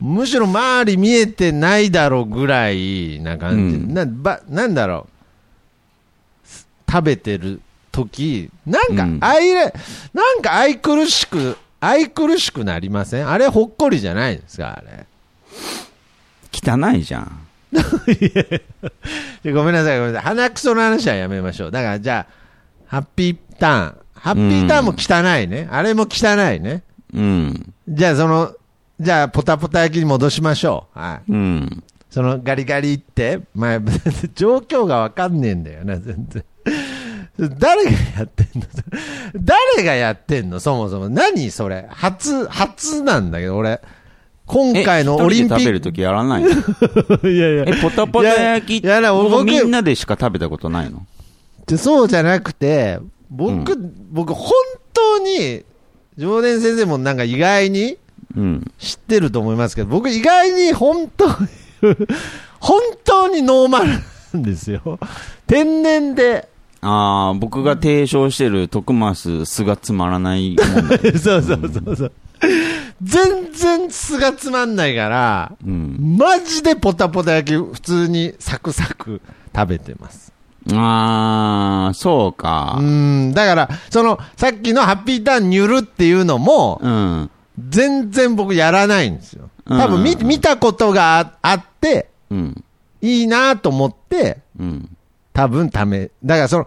C: むしろ周り見えてないだろうぐらいな感じ、
D: うん
C: なばなんだろう食べてる時なんか
D: うん
C: 愛れ、なんか愛くるしく愛くるしくなりませんあれほっこりじゃないですかあれ
D: 汚いじゃん。
C: でごめんなさいごめんなさい鼻くその話はやめましょうだからじゃあハッピーターンハッピーターンも汚いね、あれも汚いね
D: うん。
C: じゃあそのじゃあポタポタ焼きに戻しましょうはい
D: うん。
C: そのガリガリって、まあ、 状況がわかんねえんだよな、全然。誰がやってんの 誰がやってんのそもそも。何それ初、初なんだけど、俺。今
D: え
C: 回のオリンピ
D: 一人で食べ
C: ッ
D: るときやら ないの
C: ク。いやいや
D: え、ポタポタ焼き
C: いやいや
D: もう
C: 僕
D: みんなでしか食べたことないの
C: でそうじゃなくて、僕、
D: う
C: 僕、本当に、常連先生もなんか意外に
D: うん。
C: 知ってると思いますけど、僕意外に本当に、 本当にノーマルなんですよ。天然で。
D: ああ、僕が提唱してる徳増すがつまらない 問題。
C: そうそうそうそう。全然素がつまんないから、
D: うん。
C: マジでポタポタ焼き普通にサクサク食べてます。
D: ああ、そう
C: う
D: か。
C: ん、だから、その、さっきのハッピーターンにゅるっていうのも、
D: うん。
C: 全然僕やらないんですよ。多分見、
D: うん
C: 見たことがああって、
D: うん。
C: いいなと思って、
D: うん。
C: 多分ため、だからその、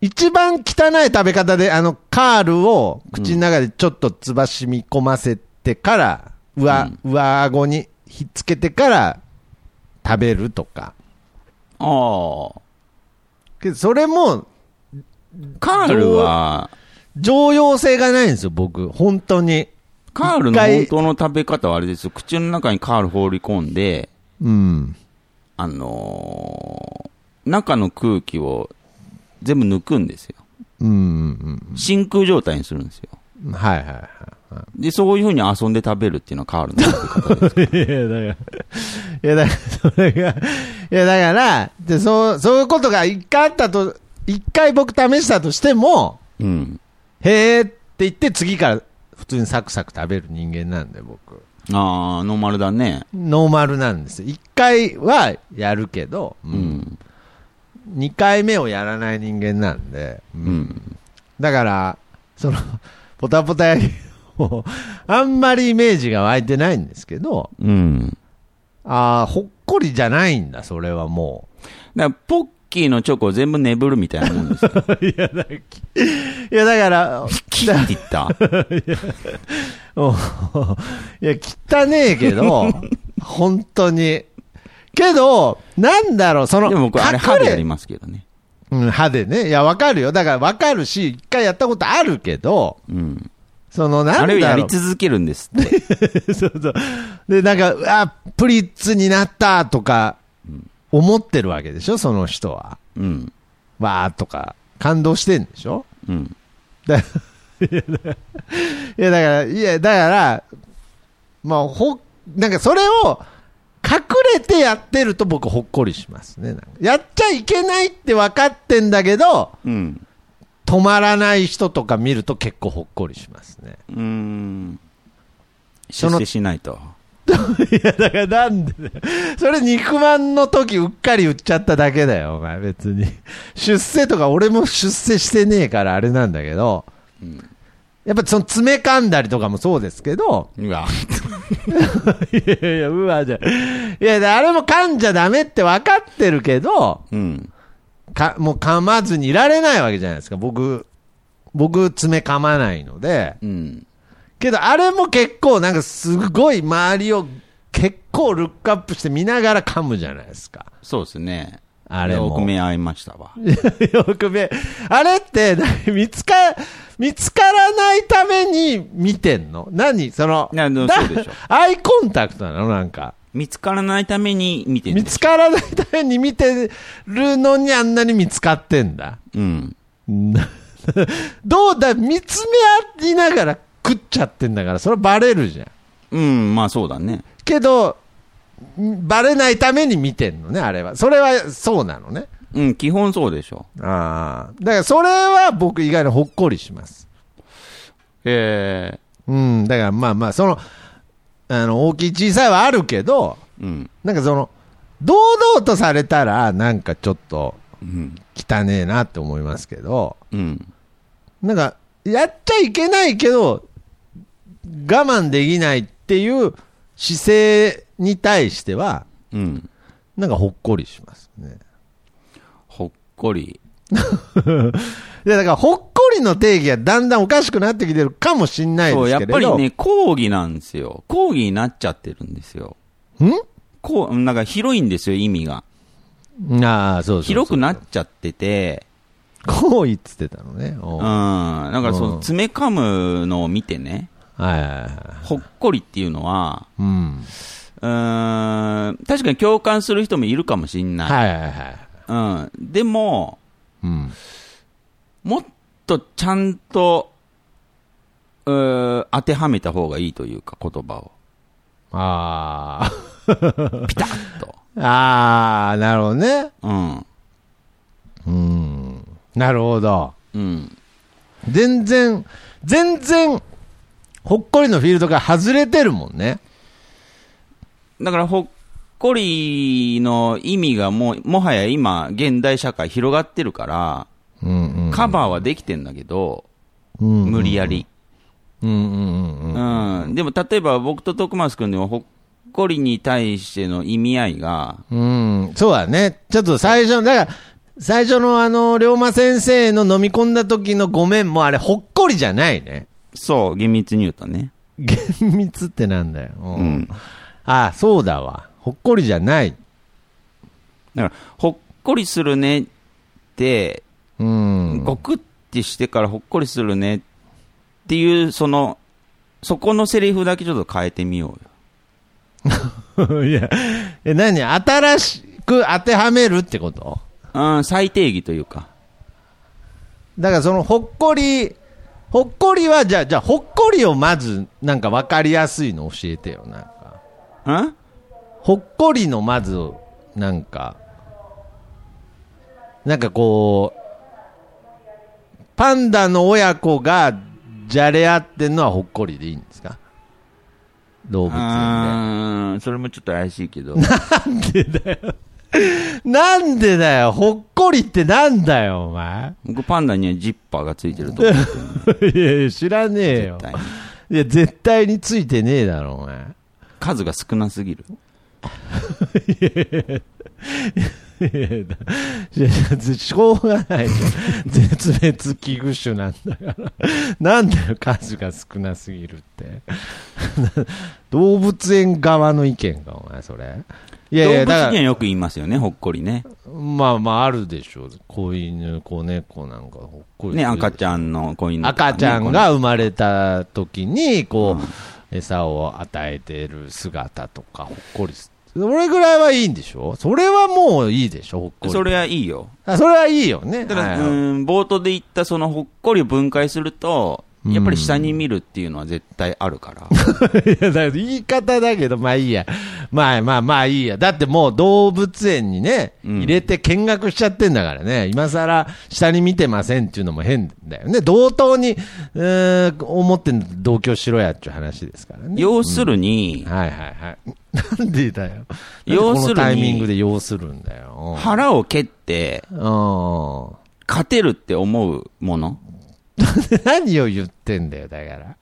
C: 一番汚い食べ方で、あの、カールを口の中でちょっとつばしみ込ませてから、上、上顎にひっつけてから食べるとか。
D: ああ。
C: けど、それも、
D: カールは、
C: 常用性がないんですよ、僕。本当に。
D: カール
C: 一
D: の
C: 回
D: 本当の食べ方はあれですよ。口の中にカール放り込んで、
C: うん。
D: あのー中の空気を全部抜くんですよ。
C: うんうん
D: 真空状態にするんですよ。
C: うん。はいはいはい。
D: で、そういう風に遊んで食べるっていうのはカールの食べ方です。
C: いや、だから、いや、だから、それが、いや、だから、で、そう、そういうことが一回あったと、一回僕試したとしても、
D: うん。
C: へーって言って、次から普通にサクサク食べる人間なんで、僕。
D: ああ、ノーマルだね。
C: ノーマルなんですよ。1回はやるけど、う、
D: うんん。
C: 2回目をやらない人間なんで、う
D: うんん。
C: だから、その、 ポタポタ焼きを、あんまりイメージが湧いてないんですけど、
D: うん。
C: ああ、ほっこりじゃないんだ、それはも
D: だから、ポッキーのチョコを全部眠るみたいなもんですよ。
C: う。いや、だから、いや、 だ から、
D: キーって言った。
C: おういや、汚ねえけ ど、本当に。けど、なんだろう、その、
D: でも僕、あれ
C: 隠
D: 歯でやりますけどね。
C: うん、歯でね。いや、わかるよ。だからわかるし、一回やったことあるけど、
D: うん。
C: その、なんだろう。
D: あれをやり続けるんです って。
C: そうそう。で、なんか、うわ、プリッツになったとか、思ってるわけでしょ、その人は。
D: うん。
C: わーとか、感動してんでしょ
D: うん。
C: だ いや、だから、いや、だから、まあ、ほ、なんかそれを、隠れてやってると僕ほっこりしますね。なんかやっちゃいけないって分かってんだけど、
D: うん。
C: 止まらない人とか見ると結構ほっこりしますね。
D: うーん。
C: そ
D: 出
C: の
D: 世しないと。
C: いや、だからなんでだよそれ肉まんの時うっかり売っちゃっただけだよ、お前別 に。出世とか俺も出世してねえからあれなんだけど、
D: うん。
C: やっぱその詰め噛んだりとかもそうですけど、
D: うわ。
C: いやいや、うわじゃ。いや、だあれも噛んじゃダメって分かってるけど、
D: うん。
C: か、もう噛まずにいられないわけじゃないですか。僕、僕、爪噛まないので、
D: うん。
C: けど、あれも結構、なんかすごい周りを結構ルックアップして見ながら噛むじゃないですか。
D: そうですね。
C: あれも
D: よく目合いましたわ。
C: よく目、あれって、 な見つか、見つからないために見てんの何その、
D: なでも
C: だ
D: そうでしょ
C: アイコンタクトなのなんか。
D: 見つからないために見てる
C: 見つからないために見てるのにあんなに見つかってんだ。
D: うん。
C: などうだ、見つめ合いながら食っちゃってんだから、それバレるじゃん。
D: うん、まあそうだね。
C: けど、んバレないために見てんのね、あれは。それはそうなのね。
D: うん、基本そうでしょ。
C: ああ。だからそれは僕意外にほっこりします。
D: え
C: うん、だからまあまあ、その、あの、大きい小さいはあるけど、
D: えうん。
C: なんかその、堂々とされたら、なんかちょっと
D: うん。
C: 汚ねえなって思いますけど、
D: うん。
C: なんか、やっちゃいけないけど、我慢できないっていう姿勢に対しては、
D: うん。
C: なんかほっこりしますね。
D: ほっこり。
C: いや、だから、ほっこりの定義がだんだんおかしくなってきてるかもしんないです
D: そ
C: けれ
D: う、
C: ど。
D: やっぱりね、講義なんですよ。講義になっちゃってるんですよ。こう、なんか広いんですよ、意味が。
C: んああ、そうそうそう
D: 広くなっちゃってて、
C: こう言ってたのね。
D: う
C: おう
D: ん。
C: はい
D: だからその、
C: うん
D: 詰め噛むのを見てね、
C: はいはい。
D: ほっこりっていうのは、
C: うん。
D: うーん、確かに共感する人もいるかもしんない。
C: はいはいはい。
D: うん。でも、
C: うん。
D: もっとちゃんと、うー当てはめた方がいいというか、言葉を。
C: あ
D: ピタッと。
C: あ。 ああ、なるほどね。
D: うん。
C: うん。なるほど。
D: うん。
C: 全然、全然、ほっこりのフィールドが外れてるもんね。
D: だから、ほっこりの意味がもう、もはや今、現代社会広がってるから、
C: うんうん
D: カバーはできてんだけど、
C: うんうん
D: 無理やり。
C: うんうんうんうん。
D: うん。でも、例えば僕と徳松君でも、ほっこりに対しての意味合いが、
C: うん、そうだね。ちょっと最初、だから、最初のあの、龍馬先生の飲み込んだ時のごめんもあれ、ほっこりじゃないね。
D: そう、厳密に言うとね。
C: 厳密ってなんだよ。う
D: うん。
C: ああ、そうだわ。ほっこりじゃない。
D: だから、ほっこりするねって、
C: うん。
D: ゴクってしてからほっこりするねっていう、その、そこのセリフだけちょっと変えてみよう よ。
C: いや、え、何新しく当てはめるってこと
D: うん、最定義というか。
C: だからその、ほっこり、ほっこりは、じゃあ、じゃあ、ほっこりをまず、なんか分かりやすいの教えてよ、なんか。
D: ん
C: ほっこりのまず、なんか、なんかこう、パンダの親子がじゃれ合ってんのはほっこりでいいんですか動物園
D: うーん、それもちょっと怪しいけど。
C: で。なんでだよ、ほっこりってなんだよ、お前。
D: 僕パンダにはジッパーがついてると思ってるの
C: いやいや、知らねえよ
D: 絶。対に。
C: いや、絶対についてねえだろ、お前。
D: 数が少なすぎる。
C: いやいやだいやしょうがないじゃん。絶滅危惧種なんだから。なんだよ、数が少なすぎるって。 動物園側の意見か、お前、それ。いやいや、
D: 動
C: だ
D: 物
C: か
D: には
C: ら、
D: よく言いますよね、ほっこりね。
C: まあまあ、あるでしょう。子犬、子猫なんか、ほっこりする。
D: ね、赤ちゃんの子犬とかね、
C: 赤ちゃんが生まれた時に、こ
D: うん
C: う、餌を与えてる姿とか、ほっこりすそれぐらいはいいんでしょそれはもういいでしょほっこり。
D: それはいいよ。
C: あそれはいいよね。
D: ただ
C: はい
D: うん冒頭で言ったそのほっこりを分解すると、やっぱり下に見るっていうのは絶対あるから。
C: い や、だから言い方だけど、まあいいや。まあまあまあいいや。だってもう動物園にね、
D: うん
C: 入れて見学しちゃってんだからね、今更下に見てませんっていうのも変だよね。同等に、うーん思ってんのと同居しろやっていう話ですからね。
D: 要するに、
C: はいはいはい。なんでだよ。
D: 要す
C: なんでこの
D: るに
C: タイミングで要するんだよ。
D: 腹を蹴って、
C: うん。
D: 勝てるって思うもの。
C: 何を言ってんだよ、だから。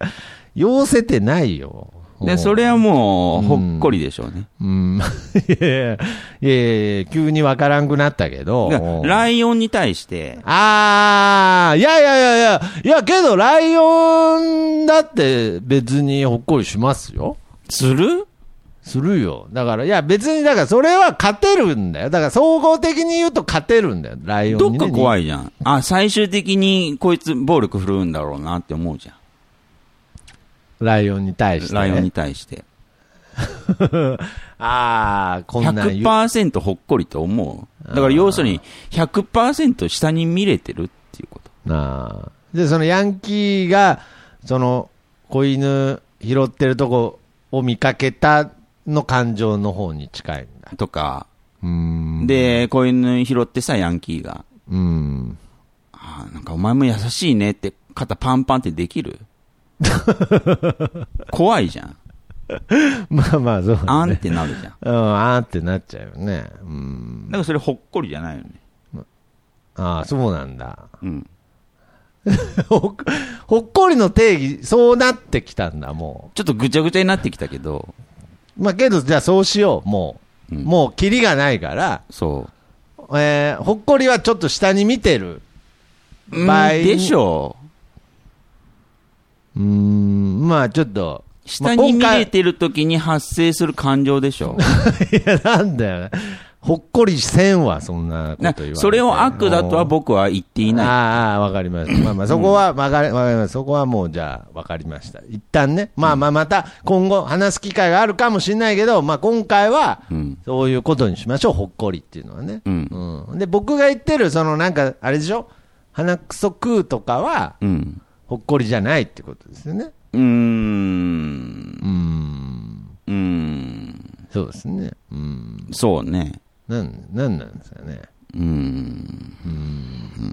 C: 要せてないよ。
D: で、それはもう、ほっこりでしょうね。
C: うん。 いやいやいやいや急にわからんくなったけ
D: だ
C: ど。
D: ライオンに対して、
C: あー、いやいやいやいや、いやけどライオンだって別にほっこりしますよ。
D: する
C: するよ。だから、いや別に、だからそれは勝てるんだよ。だから総合的に言うと勝てるんだよ。ライオン
D: ど
C: に、
D: っ
C: ね。
D: か怖
C: い。
D: いじゃん。あ、最終的にこいつ暴力振るうんだろうなって思うじゃん。
C: ライオンに対して、ね。
D: ライオンに対して。
C: あー、こんなん言う。
D: 100%ほっこりと思う。だから要するに、100%下に見れてるっていうこと。
C: なあ。で、そのヤンキーが、その、子犬拾ってるとこを見かけたの感情の方に近いんだ。
D: とか、
C: うーん。、
D: で、子犬拾ってさ、ヤンキーが。
C: うーん。
D: あーなんかお前も優しいねって、肩パンパンってで きる怖いじゃん。
C: まあまあ、そう
D: あ
C: だ
D: んっ
C: ね。
D: てなるじゃん。だか
C: うん、あーってなっちゃうよね。うん。
D: らそれほっこりじゃないよね。
C: ああ、そうなんだ。
D: うん。
C: ほっほっこりの定義、そうなってきたんだ、も
D: ちょっとぐちゃぐちゃになってきたけど、
C: う。まあけど、じゃあそうしよう、もう。
D: うん
C: もう、キリがないから、
D: そ
C: えー、ほっこりはちょっと下に見てる。
D: う。うん
C: 倍
D: でしょ
C: うーん、まあちょっと。
D: う。下に見
C: まあ
D: れてる時に発生する感情でしょう。
C: いや、なんだよ。ほっこりせんわ、そんなこと言わ
D: な
C: れて
D: それを悪だとは僕は言ってい
C: あ
D: な
C: あああ、わかりました。まあまあ、そこは、わかり、わかりました。そこはもう、じゃあ、わかりました。一旦ね。まあまあ、また、今後、話す機会があるかもしれないけど、まあ、今回は、
D: い。うん。
C: そういうことにしましょう、ほっこりっていうのはね。
D: うん。
C: うん。で、僕が言ってる、その、なんか、あれでしょ鼻くそ食うとかは、
D: うん。
C: ほっこりじゃないってことですよね。
D: うーん。
C: うーん。
D: うーん。
C: そうですね。うん。
D: そうね。
C: なん、なんなんですかね。
D: うーん。う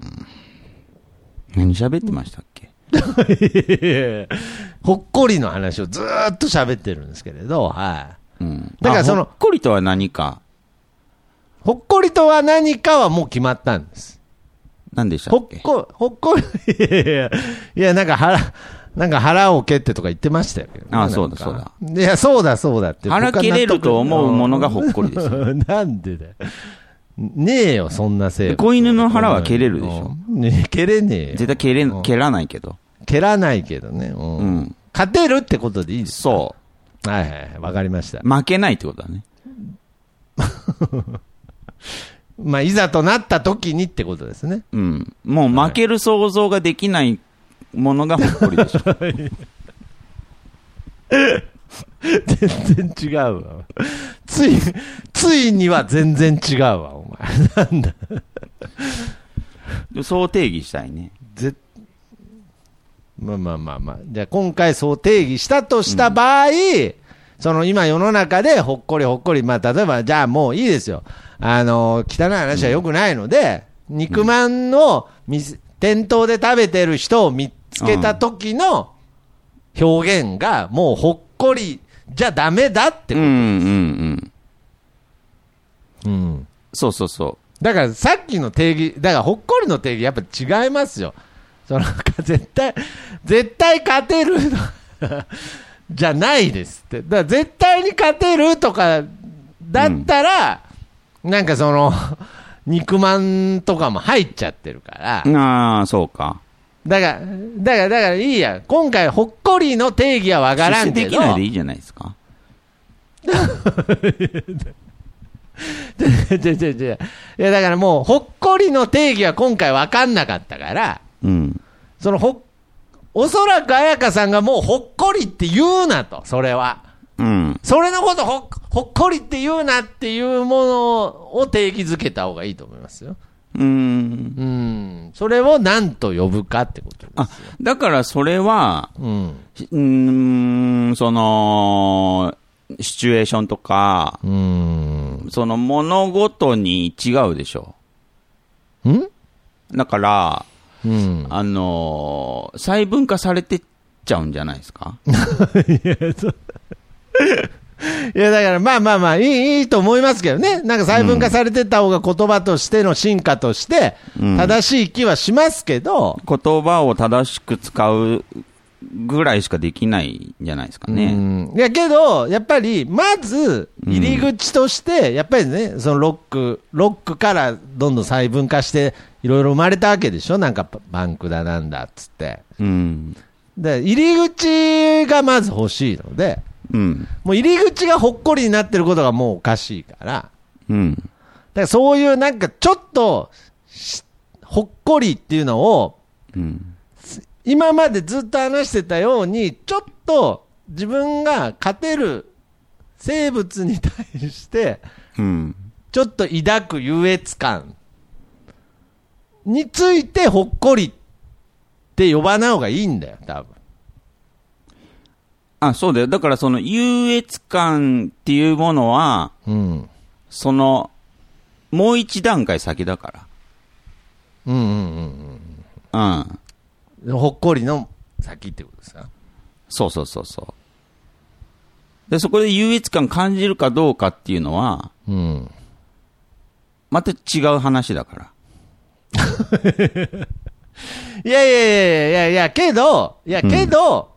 D: ん何喋ってましたっけ
C: ほっこりの話をずーっと喋ってるんですけれど、は
D: うん。
C: だからその
D: あほっこりとは何か。
C: い。ほっこりとは何かはもう決まったんです。
D: 何でした
C: ほ
D: っ
C: っ
D: け
C: こ、ほっこり、 いやいやいや、いやなんか腹、なんか腹を蹴ってとか言ってましたよけどね、
D: あそうだ
C: なんか
D: そ
C: いや、そうだそうだって。
D: 腹
C: 僕は
D: 切
C: 納
D: れる
C: 得
D: と思うものがほっこりですよ。
C: うん なんでだよ。ねえよ、そんなせい。
D: 子犬の腹は蹴れるでしょ。
C: うんね蹴れねえよ
D: 絶。対蹴れん、蹴らないけど。
C: 蹴らないけどね。うん
D: うん。
C: 勝てるってことでいいです。
D: そ
C: はいはいはい、わかりました。
D: う。負けないってことだね。
C: まあ、いざとなった時にってことですね。
D: うん。もう負ける想像ができないものがほっこりでしょ。
C: 全然違うわ。つい、ついには全然違うわ、お前。なんだ。
D: そう定義したいね。
C: ぜまあまあまあまあ。じゃあ今回そう定義したとした場合、その今世の中でほっこりほっこり、まあ例えばじゃあもういいですよ。あの、汚い話は良くないので、肉まんを見せ店頭で食べてる人を見つけた時の表現がもうほっこりじゃダメだって
D: うん
C: こと。
D: うんうん。
C: うん
D: そうそうそ
C: だからさっきの定義、だからほっこりの定義、やっぱ違いますよ。その絶対、絶対勝てるのじゃないですって。だから絶対に勝てるとかだったら、なんかその、肉まんとかも入っちゃってるから。
D: う。ああ、そうか。
C: だから、だから、だからいいや。今回、ほっこりの定義はわからんけ
D: 出世で
C: ど。
D: きないでいいじゃないですか。
C: 違う違う違ういや、だからもう、ほっこりの定義は今回わかんなかったから。
D: うん。
C: そのほ、おそらく彩香さんがもうほっこりって言うなと、それは。
D: うん。
C: それのことほっ、ほっこりって言うなっていうものを定義づけた方がいいと思いますよ。
D: うん。
C: うん。それを何と呼ぶかってことです。
D: あ、だからそれは、
C: うん。
D: うーん、その、シチュエーションとか、
C: うん。
D: その物事に違うでしょ。
C: ん
D: だから、
C: うん。
D: あのー細分化されてっちゃうんじゃないですか
C: いや、だからまあまあまあ、いい、いいと思いますけどね。なんか細分化されてった方が言葉としての進化として、
D: うん
C: 正しい気はしますけど、
D: 言葉を正しく使うぐらいしかできないんじゃないですかね。
C: うんいやけど、やっぱりまず入り口として、やっぱりね、そのロック、ロックからどんどん細分化して、いろいろ生まれたわけでしょ、なんかパバンクだなんだっつって。
D: うん。
C: で、入り口がまず欲しいので、
D: うん。
C: もう入り口がほっこりになってることがもうおかしいから、だか
D: うん。
C: らそういうなんかちょっとしほっこりっていうのを、
D: うん。
C: 今までずっと話してたように、ちょっと自分が勝てる生物に対して、
D: うん。
C: ちょっと抱く優越感についてほっこりって呼ばない方がいいんだよ、多分。
D: あ、そうだよ。だからその優越感っていうものは、
C: うん。
D: その、もう一段階先だか
C: うんうんうん
D: ら。うん。
C: うん。ほっこりの先ってことですか
D: そうそうそうそう。で、そこで優越感感じるかどうかっていうのは、
C: うん。
D: また違う話だから。
C: いやいやいやいやいや、けど、いやけど、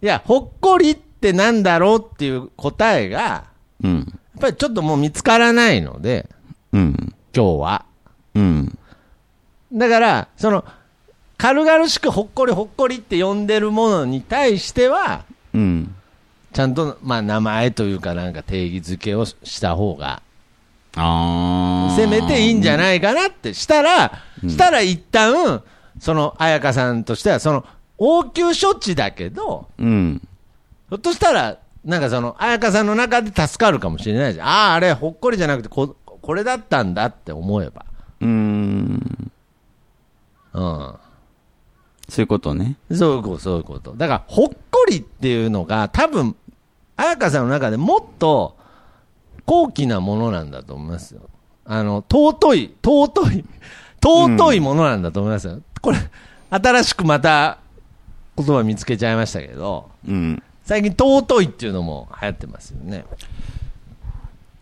C: いや、ほっこりってなんだろうっていう答えが、や
D: うん。
C: っぱりちょっともう見つからないので、
D: うん。
C: 今日は。
D: うん。
C: だから、その、軽々しくほっこりほっこりって呼んでるものに対しては、
D: うん。
C: ちゃんと、まあ、名前というかなんか定義づけをしした方が、
D: あー
C: せめていいんじゃないかなってしたら、したら一旦、その、彩香さんとしては、その、応急処置だけど、
D: うん。
C: ひょっとしたら、なんかその、彩香さんの中で助かるかもしれないじゃん。ああ、あれ、ほっこりじゃなくてこ、これだったんだって思えば。
D: うーん。
C: うん。
D: そういうことね。
C: そういうこと、そういうこと。だから、ほっこりっていうのが、多分、彩香さんの中でもっと高貴なものなんだと思いますよ。あの、尊い、尊い、 尊いものなんだと思いますよ。これ、新しくまた言葉見つけちゃいましたけど、
D: うん。
C: 最近尊いっていうのも流行ってますよね。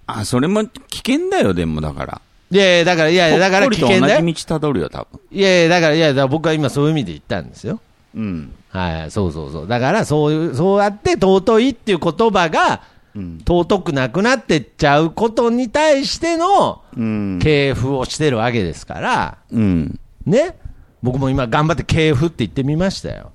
D: あ、それも危険だよ、でもだから。
C: いやいや、だから、いやいや、だから
D: ほっこ
C: 危
D: りと
C: 険だよ
D: 同。じ道たどるよ、多分。
C: いやいや、だから、いや、だから僕は今そういう意味で言ったんですよ。
D: うん。
C: はい、そうそうそう。だから、そういう、そうやって尊いっていう言葉が、
D: うん。
C: 尊くなくなってっちゃうことに対しての
D: うん。
C: 系譜をしてるわけですから、
D: うん。
C: ね。僕も今頑張って系譜って言ってみましたよ。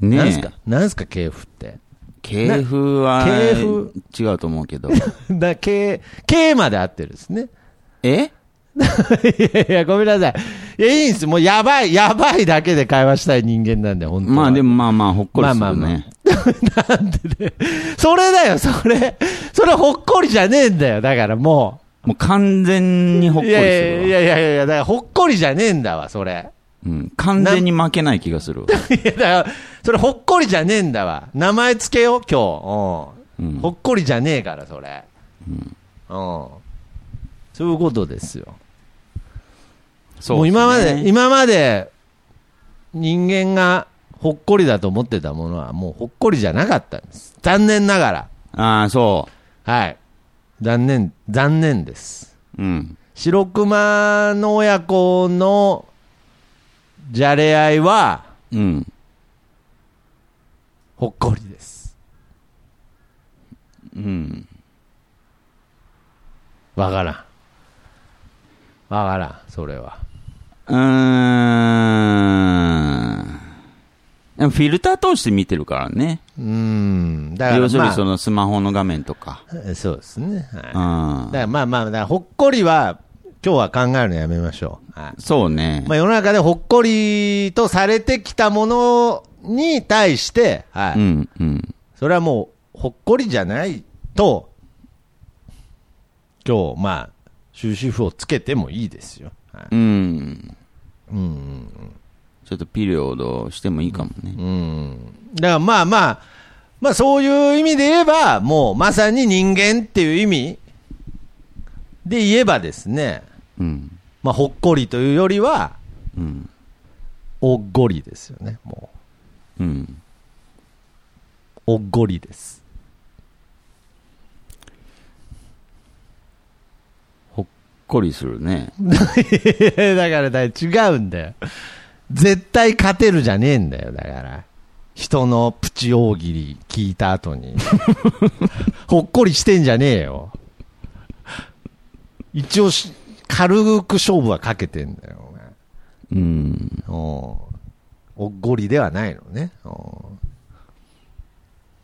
D: ねえ。
C: なんすかなんすか系譜って。
D: 系譜は、
C: 系譜
D: 違うと思う けど。
C: だ、系、系まで合ってるですね。
D: え
C: いやいや、ごめんなさい。いや、いいんですもうやばい、やばいだけで会話したい人間なんで、本当は
D: まあでもまあまあ、ほっこりするね。
C: まあまあまそれだよ、それ。それほっこりじゃねえんだよ。だからも
D: もう完全にほっ
C: う。い
D: こりする
C: や
D: わ。
C: いやいやいやいや、だからほっこりじゃねえんだわ、それ。
D: うん。完全に負けない気がするわ。
C: いや、だから、それほっこりじゃねえんだわ。名前つけよう、今日。うん。
D: うん
C: ほっこりじゃねえから、それ。うん。そういうことですよ。
D: そ
C: もう
D: ですね
C: 今まで、今まで、人間がほっこりだと思ってたものは、もうほっこりじゃなかったんです。残念ながら。
D: ああ、そ
C: はい。残念、残念です。
D: う。うん。
C: 白熊の親子のじゃれ合いは
D: うん。
C: ほっこりです。
D: うん。
C: わからん。わからん、それは。
D: うーん。でもフィルター通して見てるからね。
C: うーん。だから、
D: 要する
C: ま
D: に
C: あ、
D: そのスマホの画面とか。
C: そうですね。はい、だ
D: う
C: か
D: ん
C: らまあまあ、だからほっこりは今日は考えるのやめましょう。はい
D: そうね。
C: まあ、世の中でほっこりとされてきたものに対して、はい
D: うん、うん。
C: それはもうほっこりじゃないと、今日、まあ、終止符をつけてもいいですよ。はい
D: うん。ちょっとピリオドしてもいいかもね。
C: だからまあまあ、まあそういう意味で言えば、もうまさに人間っていう意味で言えばですね、
D: うん。
C: まあほっこりというよりは、
D: うん。
C: おっごりですよね、もう。
D: うん。
C: おっごりです。
D: ほっこりするね。
C: だからだから違うんだよ。絶対勝てるじゃねえんだよ、だから。人のプチ大喜利聞いた後に。ほっこりしてんじゃねえよ。一応し、軽く勝負はかけてんだよ、お前
D: うん。
C: おうおっごりではないのね。お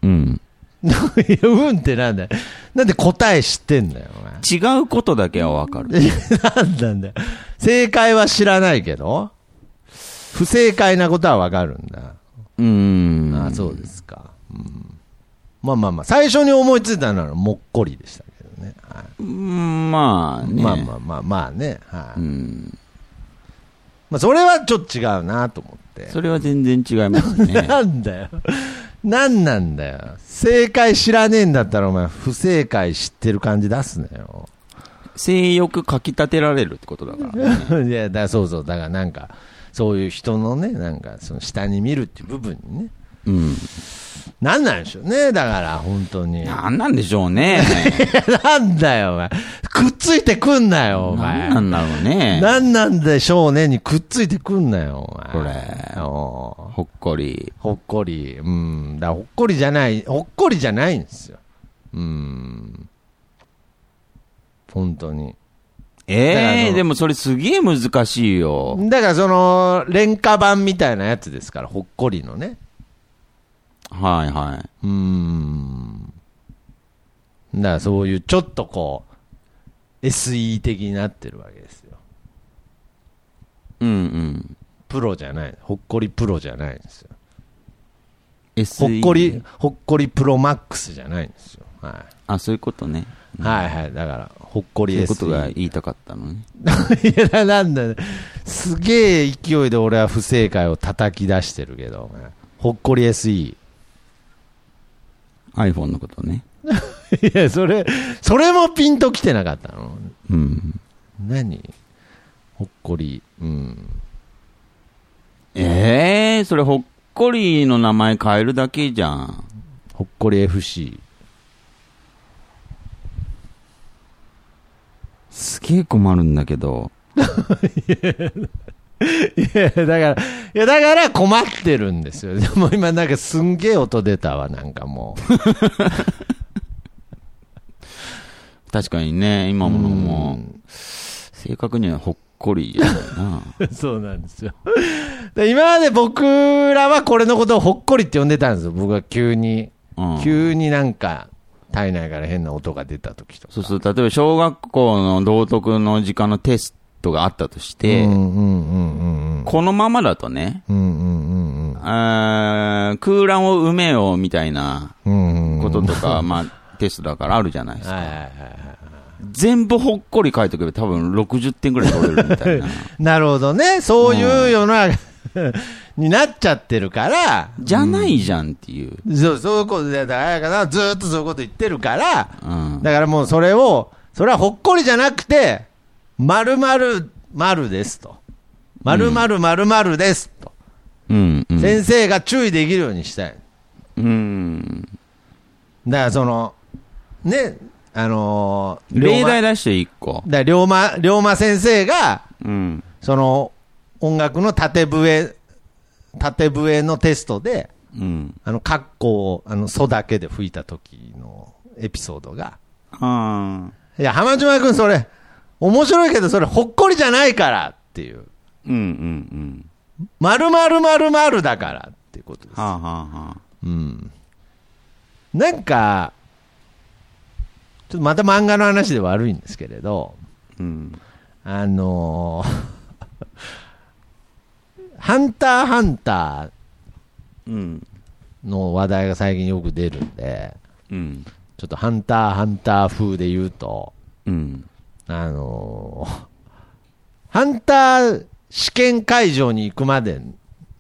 C: う
D: うん。
C: いやうん ってなんだよ。なんで答え知ってんだよ、お前。
D: 違うことだけはわかる。
C: なんなんだよ。正解は知らないけど、不正解なことはわかるんだ。
D: うん。
C: ああそうですか。うんまあまあまあ、最初に思いついたのはもっこりでしたけどね。はい
D: うん。まあね。
C: まあまあまあまあね。はい
D: うん。
C: まあ、それはちょっと違うなと思って。
D: それは全然違います ね。
C: なんだよ。なんなんだよ。正解知らねえんだったら、お前、不正解知ってる感じ出すなよ。
D: 性欲かき立てられるってことだから
C: い
D: ね。
C: や、だそうそう。だからなんか、そういう人のね、なんか、その下に見るっていう部分にね。
D: うん。
C: なんなんでしょうね。だから、本当に。
D: なんなんでしょうね。
C: なんだよ、お前。くっついてくんなよ、お前。
D: なんなんだろうね。
C: なんなんでしょうねにくっついてくんなよ、お前。
D: これ
C: おう
D: ほっこり。
C: ほっこり。うん。だからほっこりじゃない、ほっこりじゃないんですよ。うん。本当に。だから
D: え
C: そ
D: え
C: の
D: でもそれすげえ難しいよ。
C: だからその、廉価版みたいなやつですから、ほっこりのね。
D: はいはい。
C: うん。だからそういう、ちょっとこう、SE 的になってるわけですよ。
D: うんうん。
C: プロじゃない。ほっこりプロじゃないんですよ。ほ
D: SE
C: っこり。、ほっこりプロマックスじゃないんですよ。はい。
D: あ、そういうことね。
C: はいはい。だから、ほっこり
D: そういう
C: SE。
D: ことが言いたかったのね。
C: いや、なんだ、すげえ勢いで俺は不正解を叩き出してるけど、お前ほっこり SE。い
D: iPhone のことね。
C: や、それ、それもピンときてなかったの。
D: うん。
C: 何ほっこり。うん。
D: ええそれほっこりの名前変えるだけじゃん。
C: ほっこり FC。
D: すげえ困るんだけど。
C: いや、だから、いや、だから困ってるんですよ。でも今なんかすんげえ音出たわ、なんかもう。
D: 確かにね、今ものも
C: うん、
D: 正確にはほっこりじゃないな。
C: そうなんですよ。で今まで僕らはこれのことをほっこりって呼んでたんですよ。僕は急に、
D: うん
C: 急になんか、体内から変な音が出た時とか。
D: そうすると、例えば小学校の道徳の時間のテストがあったとして、
C: うんうんうんうんうん。
D: このままだとね、
C: うんうんうんうん。
D: あー空欄を埋めようみたいな
C: うんうん。
D: こととか、まあ、テストだからあるじゃないですか。
C: はいはいはいは
D: 全部ほっこり書いておけば多分60点ぐらい取れるみたいな。
C: い。なるほどね。そういう世の中になっちゃってるから、
D: じゃないじゃんっていう。
C: そうそういうことで、だから、彩香さんはずーっとそういうこと言ってるから、
D: うん。
C: だからもうそれを、それはほっこりじゃなくて、まるまるまるですと。まるまるまるまるですと。
D: うん。うん
C: 先生が注意できるようにしたい。
D: うん。
C: だからその、ね、あのー
D: 例題
C: だ。
D: 出して一個。
C: だから龍馬、龍馬先生が、
D: うん。
C: その、音楽の縦笛、縦笛のテストで、
D: うん。
C: あの、カッコを、あの、ソだけで吹いた時のエピソードが、
D: ああ。
C: いや、浜島君それ、面白いけどそれほっこりじゃないからっていう。
D: うんうんうん。
C: まるまるまるまるだからっていうことです。
D: はあはあはあ。
C: うん。なんか、ちょっとまた漫画の話で悪いんですけれど、
D: うん。
C: あのー ハンターハンタ
D: うん。
C: ーの話題が最近よく出るんで、
D: うん。
C: ちょっとハンターハンター風で言うと、
D: うん。
C: あのーハンター試験会場に行くまで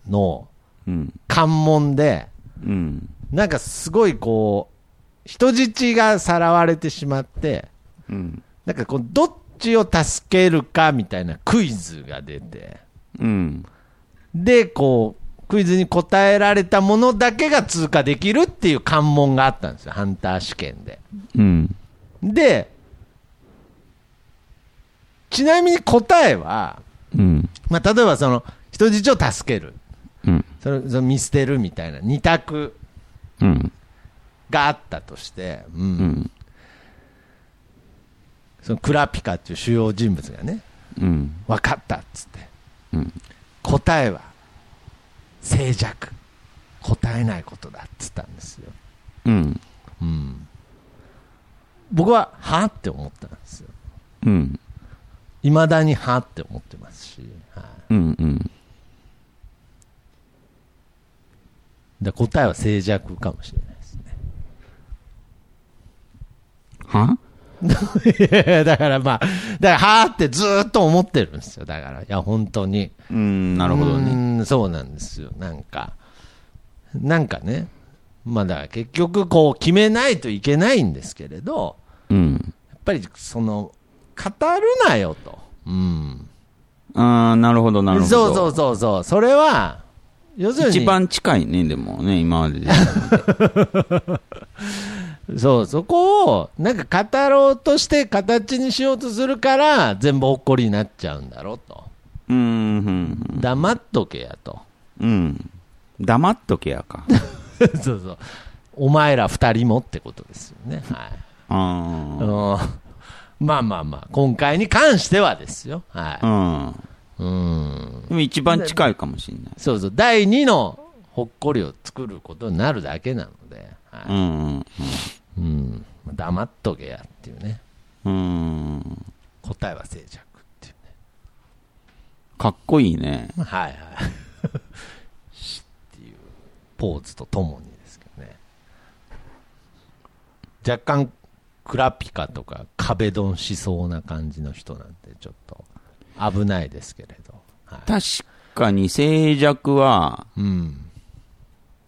C: の
D: うん。
C: 関門で、
D: うん。
C: なんかすごいこう、人質がさらわれてしまって、
D: うん。
C: なんかこう、どっちを助けるかみたいなクイズが出て、
D: うん。
C: で、こう、クイズに答えられたものだけが通過できるっていう関門があったんですよ、ハンター試験で。
D: うん。
C: で、ちなみに答えは、
D: うん。
C: まあ、例えばその、人質を助ける。
D: うん。
C: それそれ見捨てるみたいな二択
D: うん。
C: があったとして、うん
D: うん。
C: そのクラピカっていう主要人物がね
D: うん。
C: 分かったっつって
D: うん。
C: 答えは静寂答えないことだっつったんですよ、
D: うん。
C: うん、僕ははって思ったんですよ
D: うん。
C: いまだにはって思ってますし、はい
D: うん。うん。
C: で答えは静寂かもしれないです
D: は
C: ねいや だからまあだからはーってずーっと思ってるんですよだからいや本当に
D: うん、なるほどね。
C: ねそうなんですよなんかなんかねまあだから結局こう決めないといけないんですけれど
D: うん。
C: やっぱりその語るなよと、うん、
D: ああ、なるほど、なるほど。
C: そうそうそうそうそれは要するに
D: 一番近いね、でもね、今ま でで。
C: そう、そこを、なんか語ろうとして形にしようとするから、全部怒りになっちゃうんだろうと。
D: うん、うん
C: 黙っとけやと。
D: うん。うん。黙っとけやか。
C: そうそう。お前ら二人もってことですよね。はい。
D: あ
C: うんまあまあまあ、今回に関してはですよ。は
D: あ。うん。
C: い。うん。
D: でも一番近いかもしれない。
C: そうそう。第二のほっこりを作ることになるだけなので、
D: う
C: は
D: ん。
C: い。うん。黙っとけやっていうね。
D: うん。うん
C: 答えは静寂っていうね。
D: かっこいいね。
C: はいはい。 しっていうポーズとともにですけどね。若干、クラピカとか壁ドンしそうな感じの人なんで、ちょっと危ないですけれど。は
D: 確かに静寂は、
C: い、うん。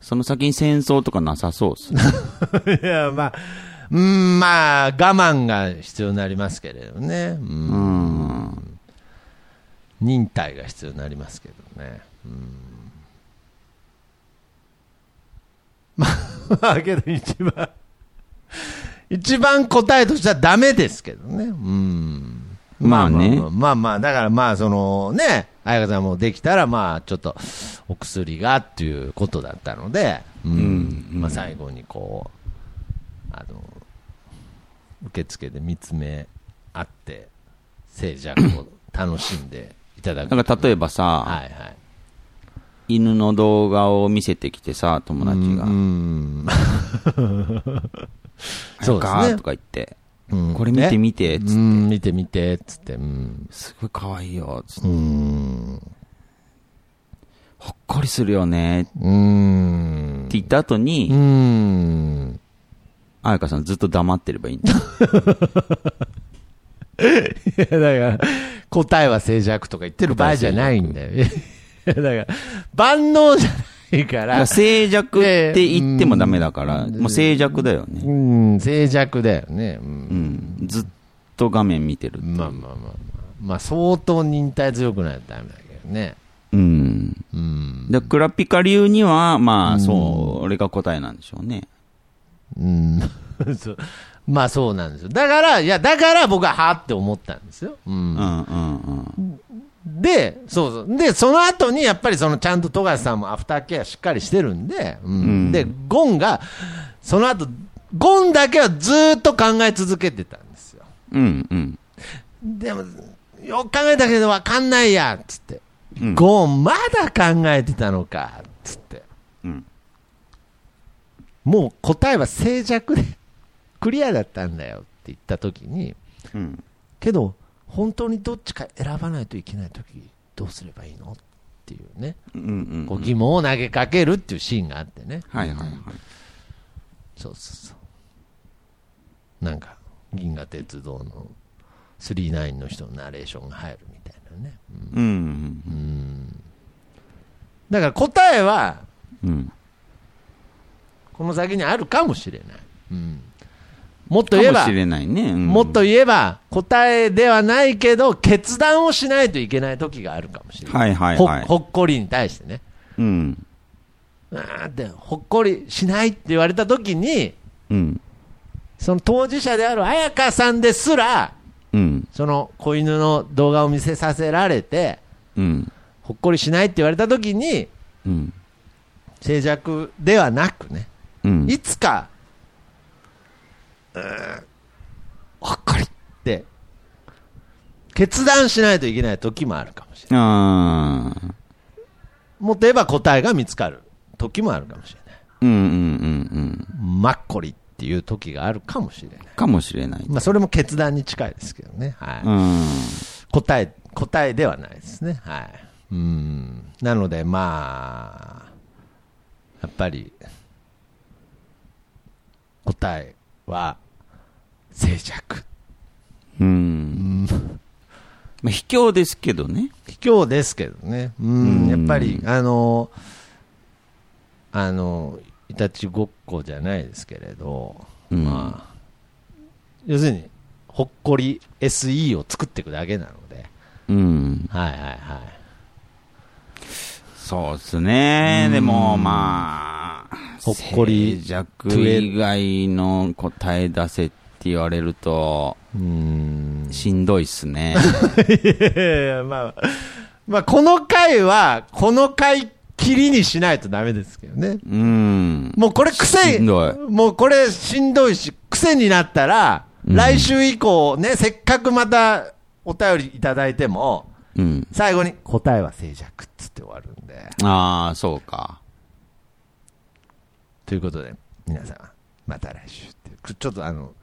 D: その先に戦争とかなさそうっ すね。
C: いや、まあ、うん、まあ、我慢が必要になりますけれどね。うん
D: うん。
C: 忍耐が必要になりますけどね。うんまあ、まあ、けど一番、一番答えとしてはダメですけどね。うん。
D: まあね
C: まあまあ、まあだからまあ、そのね、彩香さんもできたら、まあ、ちょっと、お薬がっていうことだったので、うん。
D: うん
C: まあ、最後にこう、あの、受付で見つめ合って、静寂を楽しんでいただく。
D: だから例えばさ、
C: はいはい。
D: 犬の動画を見せてきてさ、友達が、
C: うん。そうで
D: か
C: すね
D: と。か言って、
C: うん
D: これ見て見て、
C: え
D: つっ
C: う
D: て、
C: ん、見て見て、つって。うん。
D: すごい可愛いよ、つっ
C: う
D: て、
C: ん。
D: ほっこりするよね、って
C: うん。
D: 言った 後
C: う
D: に、
C: ん。
D: あやかさんずっと黙ってればいいんだ。
C: いや、 だから、答えは静寂とか言ってる場合じゃないんだよ。い や、だから、万能じゃないか
D: だから
C: ら、
D: 静寂って言ってもダメだから、もう静寂だよね。
C: うん、静寂だよね。うん
D: うん。ずっと画面見てる。
C: まあまあまあまあ。まあ、相当忍耐強くないとダメだけどね。
D: うん。
C: うん。
D: で、クラピカ流には、まあ、そう、俺が答えなんでしょうね。
C: うん。 そうまあそうなんですよ。だから、いや、だから僕ははって思ったんですよ。う
D: うん
C: ん。
D: うんうん。
C: で、そうそう。で、その後にやっぱりそのちゃんと富樫さんもアフターケアしっかりしてるんで、うん
D: うん
C: で、ゴンが、その後、ゴンだけはずーっと考え続けてたんですよ。
D: うんうん。
C: でも、よく考えたけどわかんないや、つって。
D: うん
C: ゴン、まだ考えてたのか、つって。
D: うん。
C: もう答えは静寂で クリアだったんだよって言った時に、
D: うん。
C: けど本当にどっちか選ばないといけない時どうすればいいのっていうね、
D: うんうん。
C: こう疑問を投げかけるっていうシーンがあってね、
D: はいはいはい。
C: そうそうそうなんか銀河鉄道の39の人のナレーションが入るみたいなね、うん
D: うんうん
C: だから答えは
D: うん。
C: この先にあるかもしれない、うん、もっと
D: か
C: 言え
D: も
C: ば
D: しれないね。うん
C: もっと言えば、答えではないけど、決断をしないといけない時があるかもしれない。
D: はいはいはい
C: ほほっこりに対してね。
D: うん。
C: うわーって、ほっこりしないって言われた時に、
D: うん。
C: その当事者である彩香さんですら、
D: うん。
C: その子犬の動画を見せさせられて、
D: うん。
C: ほっこりしないって言われた時に、
D: うん。
C: 静寂ではなくね、
D: うん。
C: いつか、うーん、わかりって、決断しないといけない時もあるかもしれない。
D: あー
C: もっと言えば答えが見つかる時もあるかもしれない。
D: うんうんうん
C: マッコリっていう時があるかもしれない。
D: うん。かもしれない。
C: まあ、それも決断に近いですけどね。はい。
D: うん。
C: 答え、答えではないですね。はい。うん。なので、まあ、やっぱり、答えは、静寂。
D: うん。まあ、卑怯ですけどね。
C: 卑怯ですけどね。うん。やっぱり、あの、あの、いたちごっこじゃないですけれど、
D: うん
C: まあ、要するに、ほっこり SE を作っていくだけなので、
D: うん。
C: はいはいはい。
D: そうっすね。でも、まあ、
C: ほっこり
D: 静寂以外の答え出せって言われると、
C: うーん。
D: しんどいっ すね。
C: いやいや、まあ、まあ、この回は、この回きりにしないとダメですけどね。
D: うん。
C: もうこれ癖、
D: しんどい
C: もうこれしんどいし、癖になったら、
D: うん
C: 来週以降ね、せっかくまたお便りいただいても、
D: うん。
C: 最後に答えは静寂っつって終わるんで。
D: ああ、そうか。
C: ということで、皆さん、また来週っていう。くちょっとあの、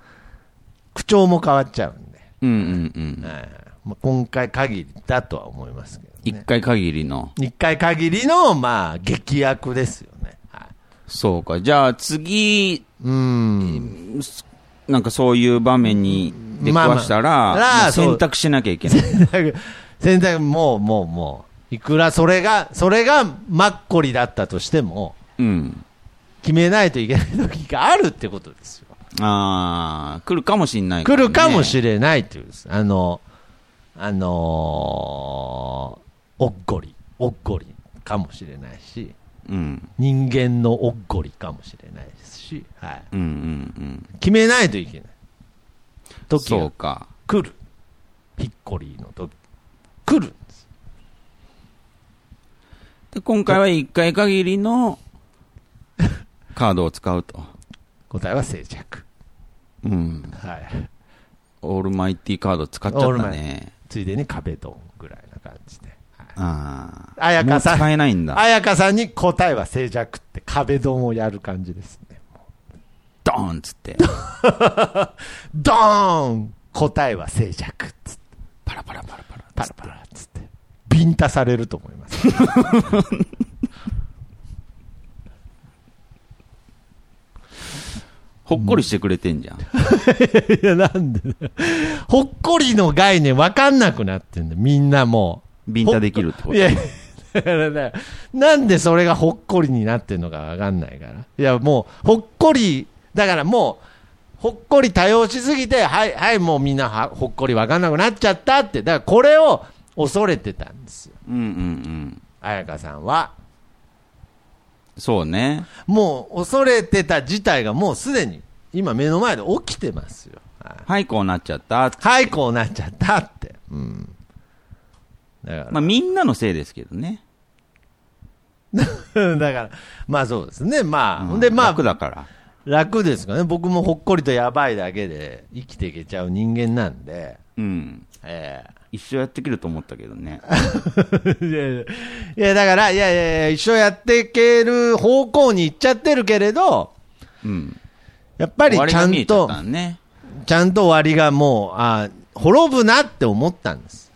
C: 口調も変わっちゃうんで、
D: うんうんうん。
C: はいまあ、今回限りだとは思いますけどね。
D: 一回限りの。
C: 一回限りの、まあ、劇薬ですよね。はい、
D: そうか。じゃあ次、
C: うーん。
D: なんかそういう場面に出くわしたら、
C: まあまあ
D: まあ
C: ああそう
D: 選択しなきゃいけない。
C: 洗濯、もう、もう、もう、いくらそれが、それがマッコリだったとしても、
D: うん。
C: 決めないといけない時があるってことですよ。
D: ああ、来るかもしんない、
C: 来るかもし
D: れ
C: れないっていうです。あの、あのーおっごり、おっごりかもしれないし、
D: ない。うん。
C: 人間のおっごりかもしれないですし、はい。
D: うんうん
C: 決めないといけない。
D: うん。
C: 時
D: そ
C: が
D: うか。
C: 来る。ピッコリーの時。来るんです。
D: で、今回は一回限 りのカードを使うと。
C: 答えは静寂。
D: うん。
C: はい。
D: オールマイティカード使っちゃ
C: オー
D: っ
C: ル
D: た
C: マイ
D: ね。
C: ついでに壁ドンぐらいな感じで。はい
D: ああ。
C: 彩香さん
D: もう使えないんだ。
C: 彩香さんに答えは静寂って壁ドンをやる感じですね。
D: ドーンっつって。
C: ドーン答えは静寂っつって、
D: パラパラパラパラ。
C: パラパラっつって、ビンタされると思います。
D: ほっこりしてくれてんじゃん。
C: いや、なんでだよほっこりの概念わかんなくなってんだよみんなもう。
D: ビンタできるってこと
C: いや、だからねなんでそれがほっこりになってるのかわかんないから。いや、もう、ほっこり、だからもう、ほっこり多用しすぎて、はい、はい、もうみんなはほっこりわかんなくなっちゃったって、だからこれを恐れてたんですよ、
D: うんうんうん。
C: 彩香さんは。
D: そうね。
C: もう恐れてた事態がもうすでに、今目の前で起きてますよ。はい
D: はい、こうなっちゃった。
C: はい、こうなっちゃったって。うん。だから、
D: まあ、みんなのせいですけどね。
C: だから、まあそうですね。まあ、
D: うん
C: ほんでまあ、
D: 楽だから。
C: 楽ですかね、僕もほっこりとやばいだけで生きていけちゃう人間なんで、
D: うん。
C: え
D: 一生やってきると思ったけどね。
C: え いやいやいや、だから、いやいやいや、一生やっていける方向に行っちゃってるけれど、
D: うん。
C: やっぱりちゃんと、
D: たね。
C: ちゃんと終わりがもう、あ滅ぶなって思ったんです。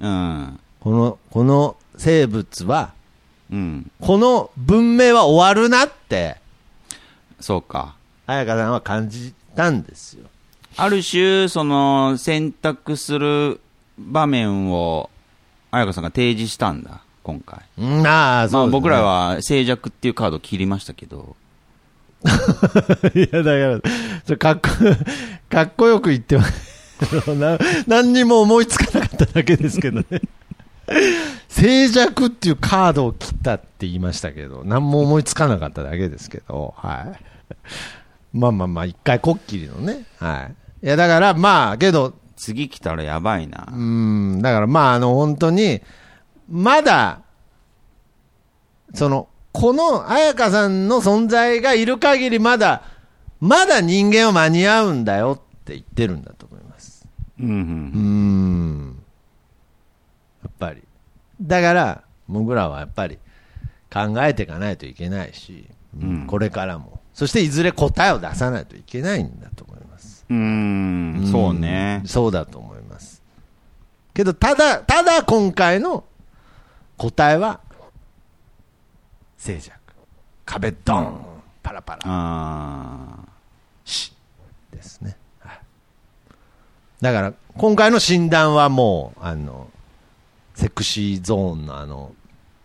D: うん。
C: この、この生物は、
D: うん。
C: この文明は終わるなって、
D: そうか。
C: 彩香さんは感じたんですよ。
D: ある種、その、選択する場面を、彩香さんが提示したんだ、今回。
C: うん、ああ、
D: ま
C: そう
D: あ、
C: ですね
D: 僕らは静寂っていうカードを切りましたけど。
C: いや、だから、それかっこ、かっこよく言ってます。 な何にも思いつかなかっただけですけどね。静寂っていうカードを切ったって言いましたけど、何も思いつかなかっただけですけど、はい。まあまあまあ、一回こっきりのね。はい。いや、だからまあ、けど、
D: 次来たらやばいな。
C: うーん、だからまあ、あの、本当に、まだ、その、この彩香さんの存在がいる限りまだ、まだ人間は間に合うんだよって言ってるんだと思います。
D: うんうん
C: うーん。やっぱり。だから、僕らはやっぱり考えていかないといけないし、
D: うん
C: これからも。そしていずれ答えを出さないといけないんだと思います。
D: うーん、そうね
C: ん。そうだと思います。けど、ただ、ただ今回の答えは、静寂。壁ドンパラパラ
D: ああ。
C: ですね。はいだから、今回の診断はもう、あの、セクシーゾーンのあの、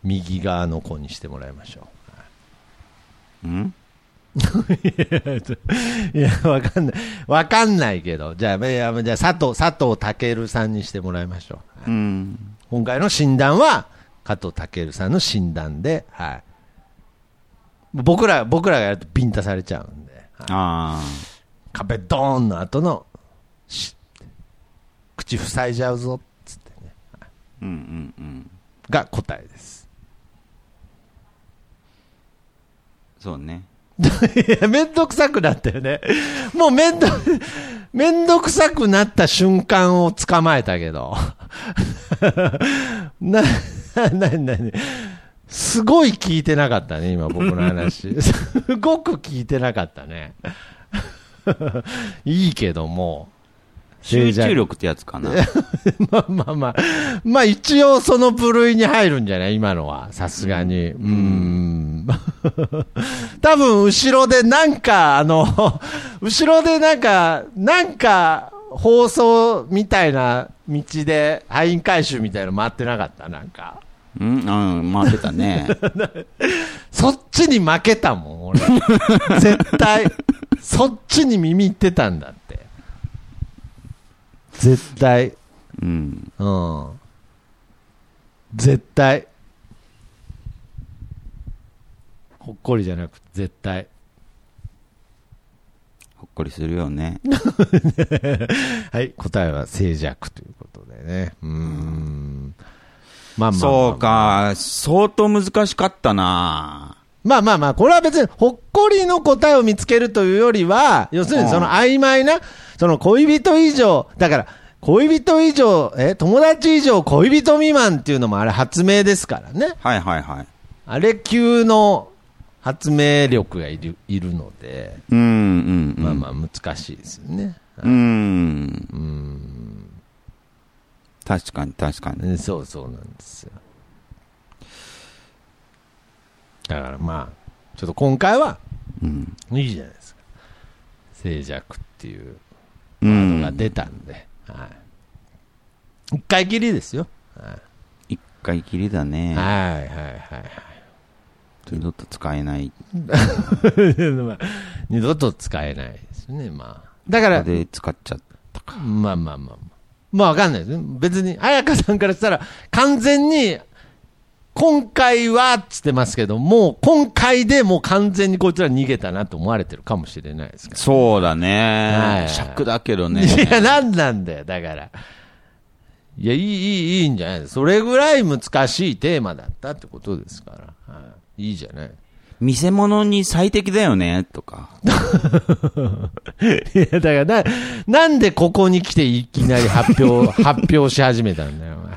C: 右側の子にしてもらいましょ
D: うん
C: う。いや、わかんない。わかんないけど、じゃあ、いやじゃあ佐藤、佐藤健さんにしてもらいましょう。
D: うん。
C: 今回の診断は、加藤健さんの診断で、はい。僕ら、僕らがやるとビンタされちゃうんで、はい
D: あ
C: 壁ドーンの後の、シッ口塞いじゃうぞ、つってね。
D: あ。うんうんうん。
C: が答えです。
D: そうね。
C: い や、めんどくさくなったよね。もうめんど、めんどくさくなった瞬間を捕まえたけど。 な、な、な、な、すごい聞いてなかったね、今僕の 話。すごく聞いてなかったね。 いいけども。
D: 集中力ってやつ かな。
C: まあまあまあ、まあ一応その部類に入るんじゃない今のは、さすがに。うーん。多分後ろでなんか、あの、後ろでなんか、なんか、放送みたいな道で、敗因回収みたいなの回ってなかったなんか。
D: うん、うん、回ってたね。
C: そっちに負けたもん、俺。絶対。そっちに耳いってたんだって。絶対。
D: うん。
C: うん。絶対。ほっこりじゃなくて、絶対。
D: ほっこりするよね。
C: はい、答えは静寂ということでね。うーん。まあまあまあ、
D: そう。か、相当難しかったな。
C: まあまあまあ、これは別に、ほっこりの答えを見つけるというよりは、要するにその曖昧な、その恋人以上、だから、恋人以上、え、友達以上恋人未満っていうのもあれ発明ですからね。
D: はいはいはい。
C: あれ級の発明力がいるいるので、
D: うんうん、うん。
C: まあまあ難しいですよね。
D: うん。確かに確かに。
C: ねそうそうなんですよ。だからまあ、ちょっと今回は
D: うん。
C: いいじゃないですか。静寂っていう
D: う
C: のが
D: ん。
C: 出たんで、はい。一回きりですよ。
D: 一回きりだね。
C: はいはいはいはい。
D: 二度と使えない。
C: まあ二度と使えないですね、まあ。だか
D: こ
C: ら
D: こ、で使っちゃっ
C: まあまあまあまあ。まあわかんないですね。別に、彩香さんからしたら、完全に、今回はっつってますけど、もう今回でもう完全にこいつら逃げたなと思われてるかもしれないですか
D: た。そうだ
C: は
D: ね。
C: い
D: 尺だけど
C: ら。
D: ね。
C: いや、なんなんだよ、だから。いや、いい、いい、いいんじゃないですか。それぐらい難しいテーマだったってことですから。はい、いいじゃない。
D: 見せ物に最適だよね、とか。
C: いや、だからな、なんでここに来ていきなり発表、 発表し始めたんだよ、お前。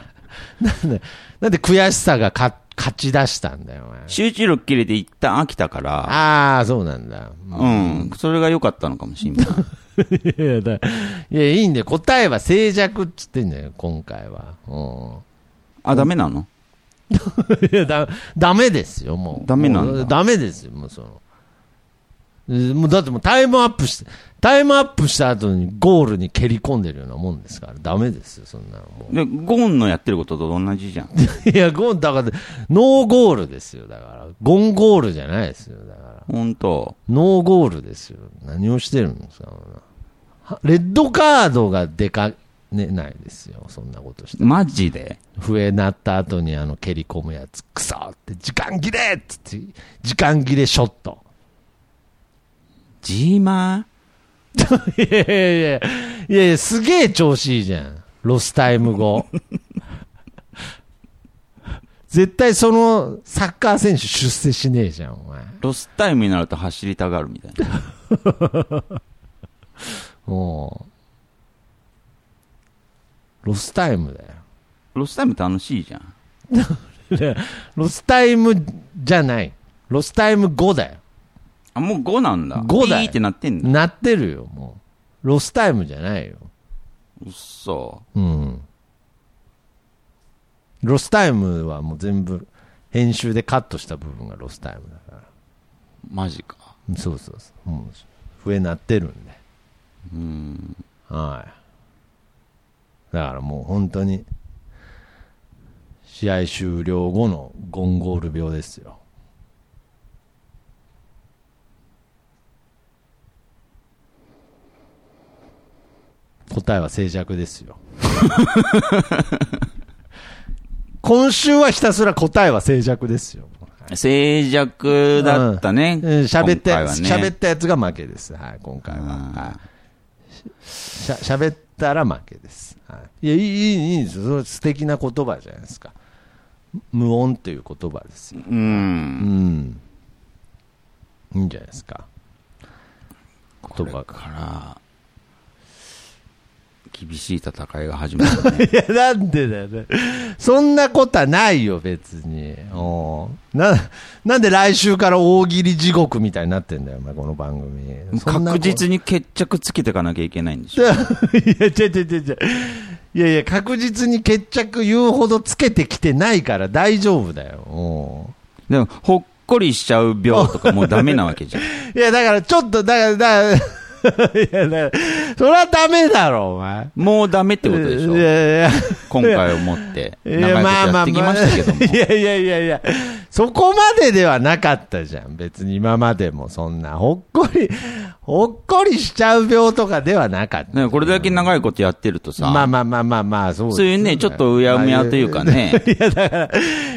C: なんで、なんで悔しさがか勝ち出したんだよ、お前。
D: 集中力切れて一旦飽きたから。
C: ああ、そうなんだ。
D: うん。それが良かったのかもしれ ない。
C: いや、だいや、いいんだよ。答えは静寂っつってんだよ、今回は。う
D: あ、ダメなの
C: ん。いや、だ、ダメですよ、もう。
D: ダメなんだ
C: もうダメですよ、もうその。えもうだってもうタイムアップして、タイムアップした後にゴールに蹴り込んでるようなもんですから、ダメですよ、そんなのもう。
D: で、ゴーンのやってることと同じじゃん。
C: いや、ゴン、だから、ノーゴールですよ。だから、ゴンゴールじゃないですよ。だから、
D: ほんと。
C: ノーゴールですよ。何をしてるんですか、はレッドカードが出かねないですよ。そんなことして。
D: マジで
C: 笛鳴った後にあの蹴り込むやつ、クソって、時間切れっつって、時間切れショット。
D: ジーマ
C: いやいやいや、いやいや、すげえ調子いいじゃん。ロスタイム後。絶対そのサッカー選手出世しねえじゃん、お前。
D: ロスタイムになると走りたがるみたいな。
C: もう、ロスタイムだよ。
D: ロスタイム楽しいじゃん。
C: でロスタイムじゃない。ロスタイム5だよ。
D: あ、もう5なんだ。
C: 5だよ
D: ピーってなってんだ。
C: なってるよ、もう。ロスタイムじゃないよ。
D: うっそ。
C: うん。ロスタイムはもう全部、編集でカットした部分がロスタイムだから。
D: マジか。
C: うんそうそうそう。もう、笛鳴ってるんで。
D: うん。
C: はい。だからもう本当に、試合終了後のゴンゴール病ですよ。答えは静寂ですよ。今週はひたすら答えは静寂ですよ。
D: 静寂だったね。
C: うんうん喋、ったや
D: 今回は
C: つ、
D: ね
C: 喋ったやつが負けです。はい、今回は。
D: あ
C: しゃ喋ったら負けです。はい、いやいいいいいいんですよ、それ素敵な言葉じゃないですか、無音という言葉ですよ、
D: ーうん
C: う。ん、いいんじゃないですか、 言葉
D: だ
C: が。
D: から、厳しい戦いが始まるね。
C: いや、なんでだよね、そんなことはないよ、別に、おうななんで来週から大喜利地獄みたいになってんだよ、お前、この番組。 そんなこと
D: 確実に決着つけていかなきゃいけないんでし ょ。
C: いや、ちょいちょいちょいちょい。いやいや、確実に決着言うほどつけてきてないから大丈夫だよ。うん
D: でも、ほっこりしちゃう病とかもうダメなわけ じゃん。
C: いや、だからちょっと、だから、だから、 いや、だから、それはダメだろ、お前。っ
D: もうダメってことでしょ
C: い。やいやいや。
D: 今回をもって、
C: い
D: 長いことやってきましたけども。
C: いやいやいやいや、そこまでではなかったじゃん。別に今までもそんな、ほっこり、ほっこりしちゃう病とかではなかった。
D: ね、これだけ長いことやってるとさ、
C: まあまあまあまあまあ、そうです
D: そういうね、ちょっとうやむやというかね、
C: いや、だか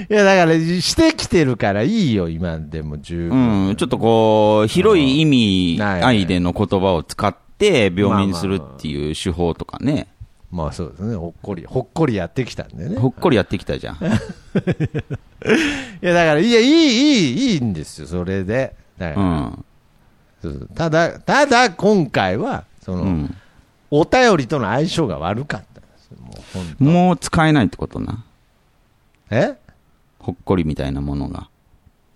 C: ら、してきてるからいいよ、今でも十
D: う
C: 分。
D: ん、ちょっとこう、広い意味、
C: ない
D: 愛での言葉を使って、病名にするっていう手法とかね、
C: まあそうですね、ほっこり、ほっこりやってきたんでね。
D: ほっこりやってきたじゃん。
C: いや、だから、いや、いい、いい、いいんですよ、それで。だか
D: う
C: ら
D: ん。
C: そうそうただ、ただ、今回は、その、
D: うん。
C: お便りとの相性が悪かったんですよ、もうほん
D: もう使えないってことな。
C: え
D: ほっこりみたいなものが。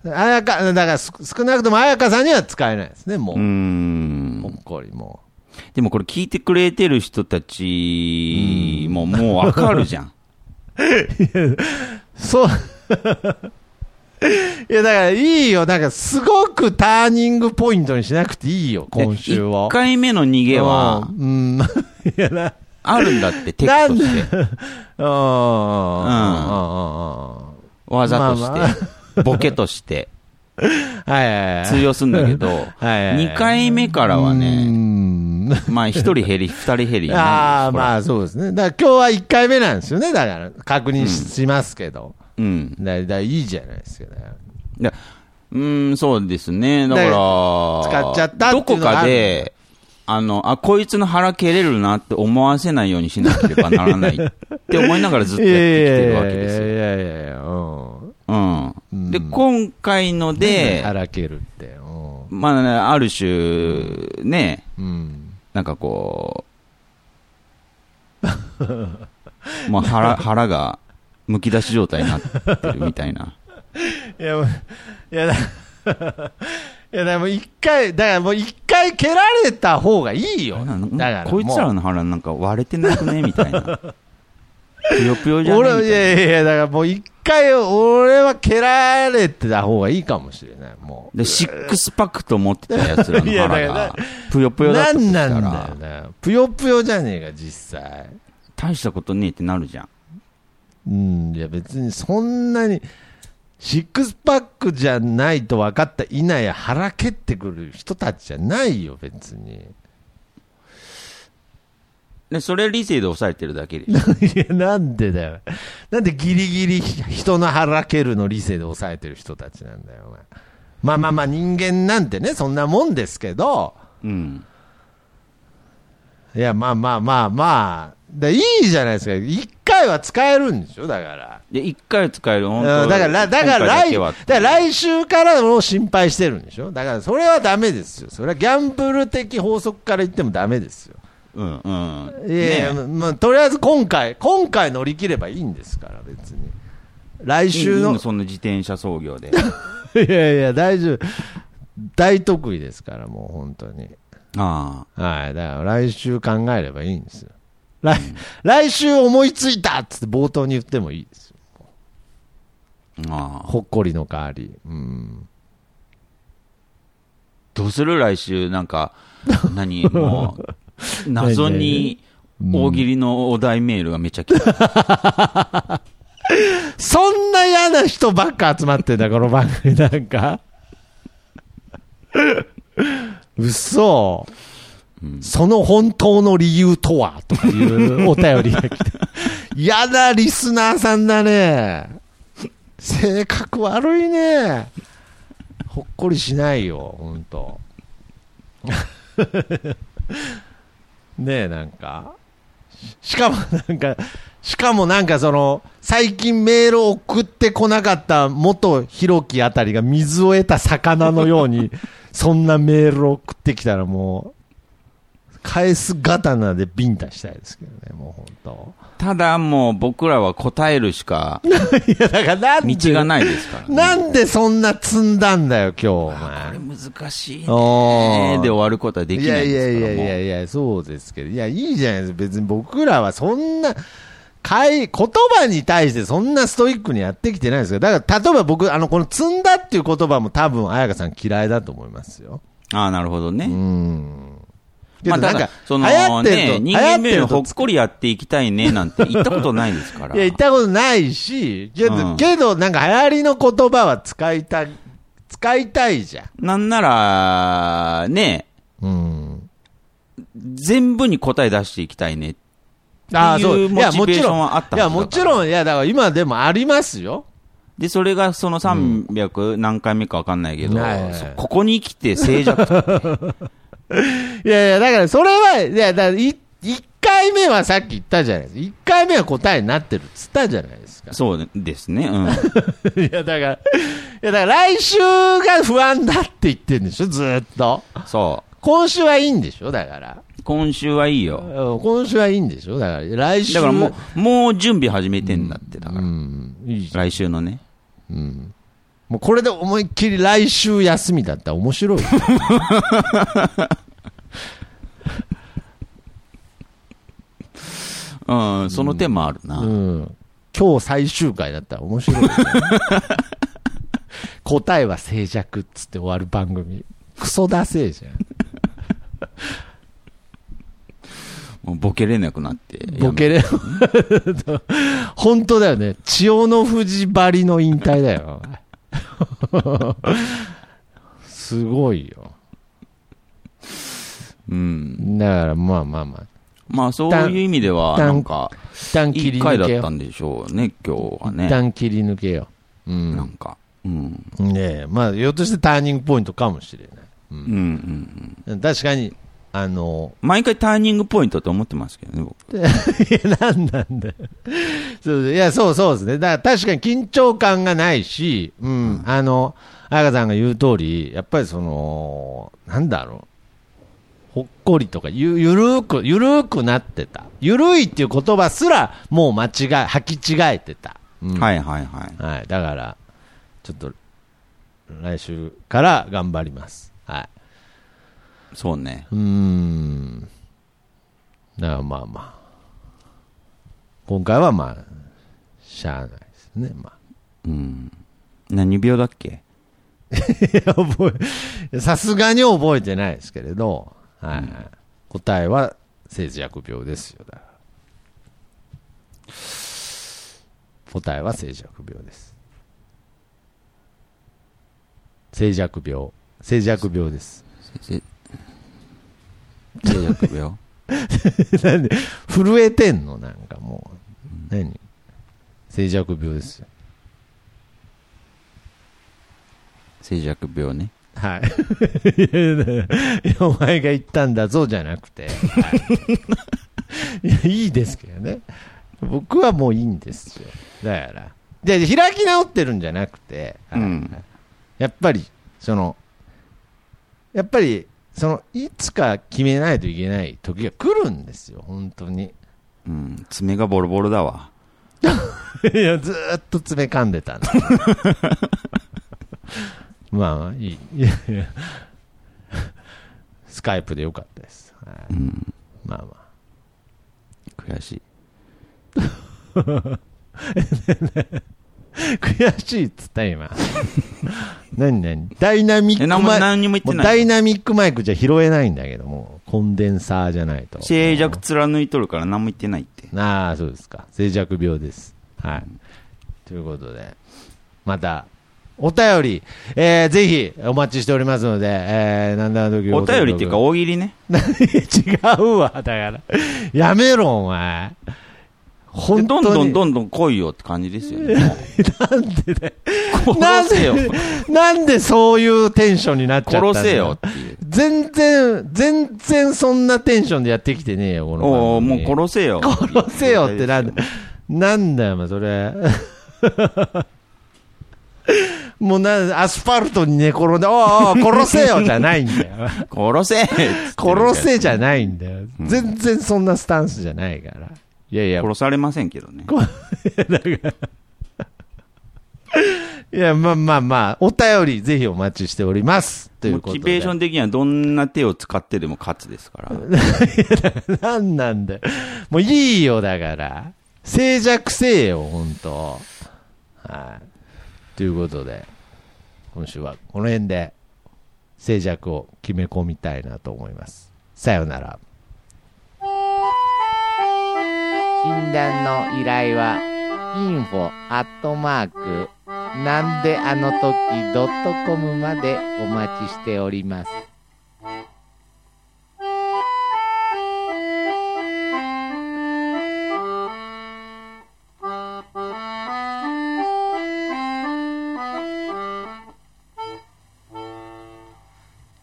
C: あやか、だから、す少なくとも、あやかさんには使えないですね、も
D: うー
C: う。ほ
D: ん。
C: っこり、も
D: でもこれ聞いてくれてる人たちももうわかるじゃん。
C: う。そう。いや、だから、いいよ。だから、すごくターニングポイントにしなくていいよ、 今週を
D: 1。回目の逃げは
C: う、ん。うんいやな。
D: あるんだって、テクとして。
C: うん。うん。
D: 技として、
C: まあ
D: ボケとして、
C: はいはいはい。
D: 通用するんだけど、
C: いはい
D: 2回目からは
C: う
D: ね、
C: ん。
D: まあ1人減り、2人減りになるでしょ。
C: ああ、
D: ほら
C: まあそうですね。だから今日は1回目なんですよね。だから、確認し,、ますけど。
D: うん。
C: だからだからいいじゃないですか、ね。
D: だうーん、そうですね。だから、
C: だから使っちゃったってい
D: ど
C: うのがある
D: こかで、あの、あ、こいつの腹蹴れるなって思わせないようにしなければならないって思いながらずっとやってきてるわけですよ。
C: いやいやいやいやいや、うん。
D: うん。で、今回ので、
C: 荒けるって。う
D: まあね、ある種、ね、
C: ん。うん。
D: なんかこ う、まあ腹、腹が、むき出し状態になってるみたいな。
C: いや、もういやだ、 いやだ、もう一回、だからもう一回蹴られた方がいいよ。だ
D: なん
C: からもう
D: こいつらの腹なんか割れてなくね みたいな。ぷよぷよじゃねみたいな
C: 俺、いやいやいや、だからもう一回、俺は蹴られてた方がいいかもしれない、もう。
D: で、シックスパックと持ってたやつらの
C: いやだか
D: 腹
C: ら
D: が、ぷよぷよだった
C: な
D: と
C: ん
D: し
C: な
D: た
C: ん
D: ら、
C: だよな。ぷよぷよじゃねえか、実際。
D: 大したことねえってなるじゃん。
C: うん、いや別にそんなに、シックスパックじゃないと分かった稲や腹蹴ってくる人たちじゃないよ、別に。
D: で、それ理性で抑えてるだけで。
C: いや、なんでだよ。なんでギリギリ人の腹蹴るの理性で抑えてる人たちなんだよ、お前。まあまあまあ、人間なんてね、そんなもんですけど、
D: うん。
C: いいや、まあまあまあまあ、でいいじゃないですか。一回は使えるんでしょだから。
D: で、1回使える、
C: う
D: 本
C: ん
D: 当
C: だから、だから
D: 今回だ
C: 来、
D: けは
C: だから来週からも心配してるんでしょだから、それはダメですよ。それはギャンブル的法則から言ってもダメですよ。
D: うんうん。
C: いやいや
D: ね
C: まあ、とりあえず今回、今回乗り切ればいいんですから、別に。来
D: いい
C: 週
D: いい
C: の、
D: のそんな自転車操 業で。
C: いやいや、大丈夫。大得意ですから、もう本当に。
D: あ
C: はい。だから来週考えればいいんですよ。来、来週思いついたっつって冒頭に言ってもいいですよ。
D: あ。ああ。
C: ほっこりの代わり。うん。
D: どうする来週、なんか、 何もう、謎に大喜利のお題メールがめっちゃ来た。
C: そんな嫌な人ばっか集まってんだ、この番組なんか。嘘、その本当の理由とはとかいうお便りが来て。嫌なリスナーさんだね。性格悪いね。ほっこりしないよ、ほんと。ねえ、なんか。しかもなんか、しかもなんかその、最近メールを送ってこなかった元弘樹あたりが水を得た魚のように、 そんなメールを送ってきたらもう、返す刀でビンタしたいですけどね、もう本
D: ただもう僕らは答えるしか
C: 当。いや、だからなん
D: 道
C: で、
D: がないですから、ね。
C: なんでそんな積んだんだよ、今日、お
D: これ
C: 前。
D: 難しい
C: お
D: ね。
C: ー
D: で終わることはできない
C: い
D: で
C: や
D: す
C: い
D: から
C: や
D: もう
C: いやいやいや、そうですけど、いや、いいじゃないですか、別に僕らはそんな、かい言葉に対してそんなストイックにやってきてないですけど、だから例えば僕、あのこの積んだっていう言葉も多分、彩香さん嫌いだと思いますよ。
D: ああ、なるほどね。
C: うん。け
D: ま
C: ど
D: あ、
C: なん
D: た
C: か
D: だ、、その
C: 流行ってる
D: ね、
C: と、
D: 人間メー
C: 流
D: ル
C: 行
D: ほっ
C: ってる
D: こりやっていきたいねなんて言ったことないですか
C: と。
D: ら。
C: いや、言ったことないし、けど、
D: うん
C: けどなんか流行りの言葉は使いたい、使いたいじゃん。
D: なんなら、ね、
C: うん。
D: 全部に答え出していきたいね。
C: ああ、
D: っていう
C: そう。いや、も
D: モチベー
C: ち
D: ショ
C: ろ
D: ン
C: ん。
D: はあった
C: い
D: は
C: や、
D: ずだから
C: もちろん、いや、だから今でもありますよ。
D: で、それがその300何回目かわかんないけど、
C: はい
D: そここに来て静寂。
C: いやいや、だからそれは、いや、だからい一回目はさっき言ったじゃないですか。一回目は答えになってるっつったじゃないですか。
D: そうですね。うん。
C: いや、だから、いや、だから来週が不安だって言ってるんでしょ、ずーっと。
D: そ
C: 今週はいいんでしょ、だから。
D: う。今週はいいよ。
C: うん今週はいいんでしょ、だから。来週。
D: だからもう、もう準備始めてんだって、だか
C: う
D: ら。
C: ん、いいじゃん
D: 来週のね。
C: もうこれで思いっきり来週休みだったら面白 いよ。
D: うん、その手もある
C: う
D: な。
C: ん。今日最終回だったら面 白いよ。答えは静寂っつって終わる番組。クソダセえじゃん。
D: もうボケれなくなって。
C: ボケれ、 本当だよね。千代の富士ばりの引退だよ。すごいよ。
D: うん。
C: だから、まあまあまあ。
D: まあ、そういう意味では、
C: 一旦
D: なんか、
C: 一旦切
D: 一
C: り
D: 回
C: 抜
D: だ
C: け
D: った
C: よ。
D: んでしょうね、今日は
C: 一
D: ね。
C: 旦切り抜けよ。う。
D: なんんか。うん。
C: ねえ、まあ、ひょっとしてターニングポイントかもしれ
D: うんうんうん。
C: ない。確かに、あの、
D: 毎回ターニングポイントと思ってますけどね、僕。
C: いや、なんなんだよそうそういや、そうそうですね。だから確かに緊張感がないし、うん、あの、彩香さんが言う通り、やっぱりその、なんだろう。ほっこりとか、ゆ、ゆるーく、ゆるーくなってた。ゆるいっていう言葉すら、もう間違え、履き違えてた。うん
D: はいはいはい。
C: はい。だから、ちょっと、来週から頑張ります。はい。
D: そうね。
C: うーん。だからまあまあ。今回はまあ、しゃあないですね。まあ。
D: うん。何病だっけ
C: いや、覚え、さすがに覚えてないですけれど、はい、答えは、政治薬病ですよ。だから答えは政治薬病です。静寂病。静寂病です。
D: せ静 寂病
C: なんで震えてんのなんかもう。何静寂病ですよ。
D: 静寂病ね。
C: はい。いや、 お前が言ったんだぞじゃなくて、はい、いやいいですけどね。僕はもういいんですよ。だから。で、開き直ってるんじゃなくて、はい
D: うん
C: やっぱり、その、やっぱり、その、いつか決めないといけない時が来るんですよ、本当に。
D: うん、爪がボロボロだわ。
C: いや、ずーっと爪噛んでたんだ。 まあまあ、いい。いやいや。スカイプでよかったです。はい
D: うん、
C: まあま
D: 悔しい。
C: あ。悔しいっつった今。 何何ダイナミッ
D: え、
C: ク
D: 何も、
C: マイ
D: 何にも言っ
C: ク。も
D: て
C: うダ
D: な
C: イ
D: い。
C: ナミックマイクじゃ拾えないんだけども、コンデンサーじゃないと。
D: 静弱貫いとるから何も言ってないって。
C: ああ、そうですか。静寂病です。はい。ということで、また、お便り、えー、ぜひお待ちしておりますので、えー、なんだの時
D: お便りっていうか、大喜利ね。
C: 違うわ、だから。やめろ、お前。
D: で
C: 本当
D: どん
C: に
D: どんどんどん来いよって感じですよね。なんでだよ。殺せ よ。
C: なんでそういうテンションになっちゃったんだ
D: 殺せよっていう。
C: 全然、全然そんなテンションでやってきてねえよ、この番組。
D: おお、もう殺せよ。
C: 殺せよってなんだ、なんだよ、お前それ。 もうな、アスファルトに寝転んで、おうおう殺せよじゃないんだ よ。
D: 殺せ
C: 殺せじ
D: ゃ
C: ゃないんだよ。全然そんなスタンスじゃないから。いやいや、
D: 殺されませんけどね。
C: いや、まあまあまあ、お便りぜひお待ちしております。という
D: モ
C: こと
D: チ
C: で。
D: ベーション的にはどんな手を使ってでも勝つですから。
C: なんなんだよ。もういいよ、だから。静寂せえよ、ほんと。はい。ということで、今週はこの辺で静寂を決め込みたいなと思います。さよなら。
E: 診断の依頼は info アットマークなんであの時ドットコムまでお待ちしております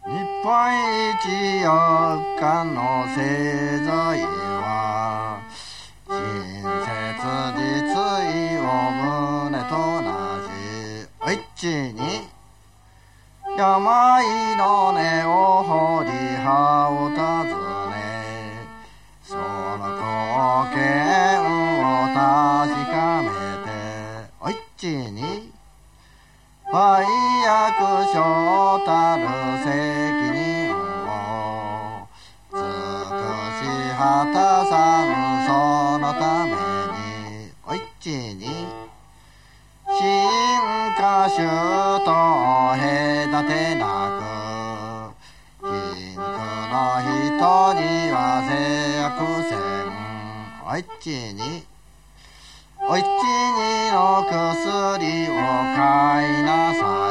F: 日本一四日の製材は親切実意を胸と同じ一に病の根を掘り葉を尋ねその貢献を確かめて一に愛役所たる責任を尽くし果たさぬそのためにおいちに進化種と隔てなく貧苦の人には制約せんおいちにおいちにの薬を買いなさい。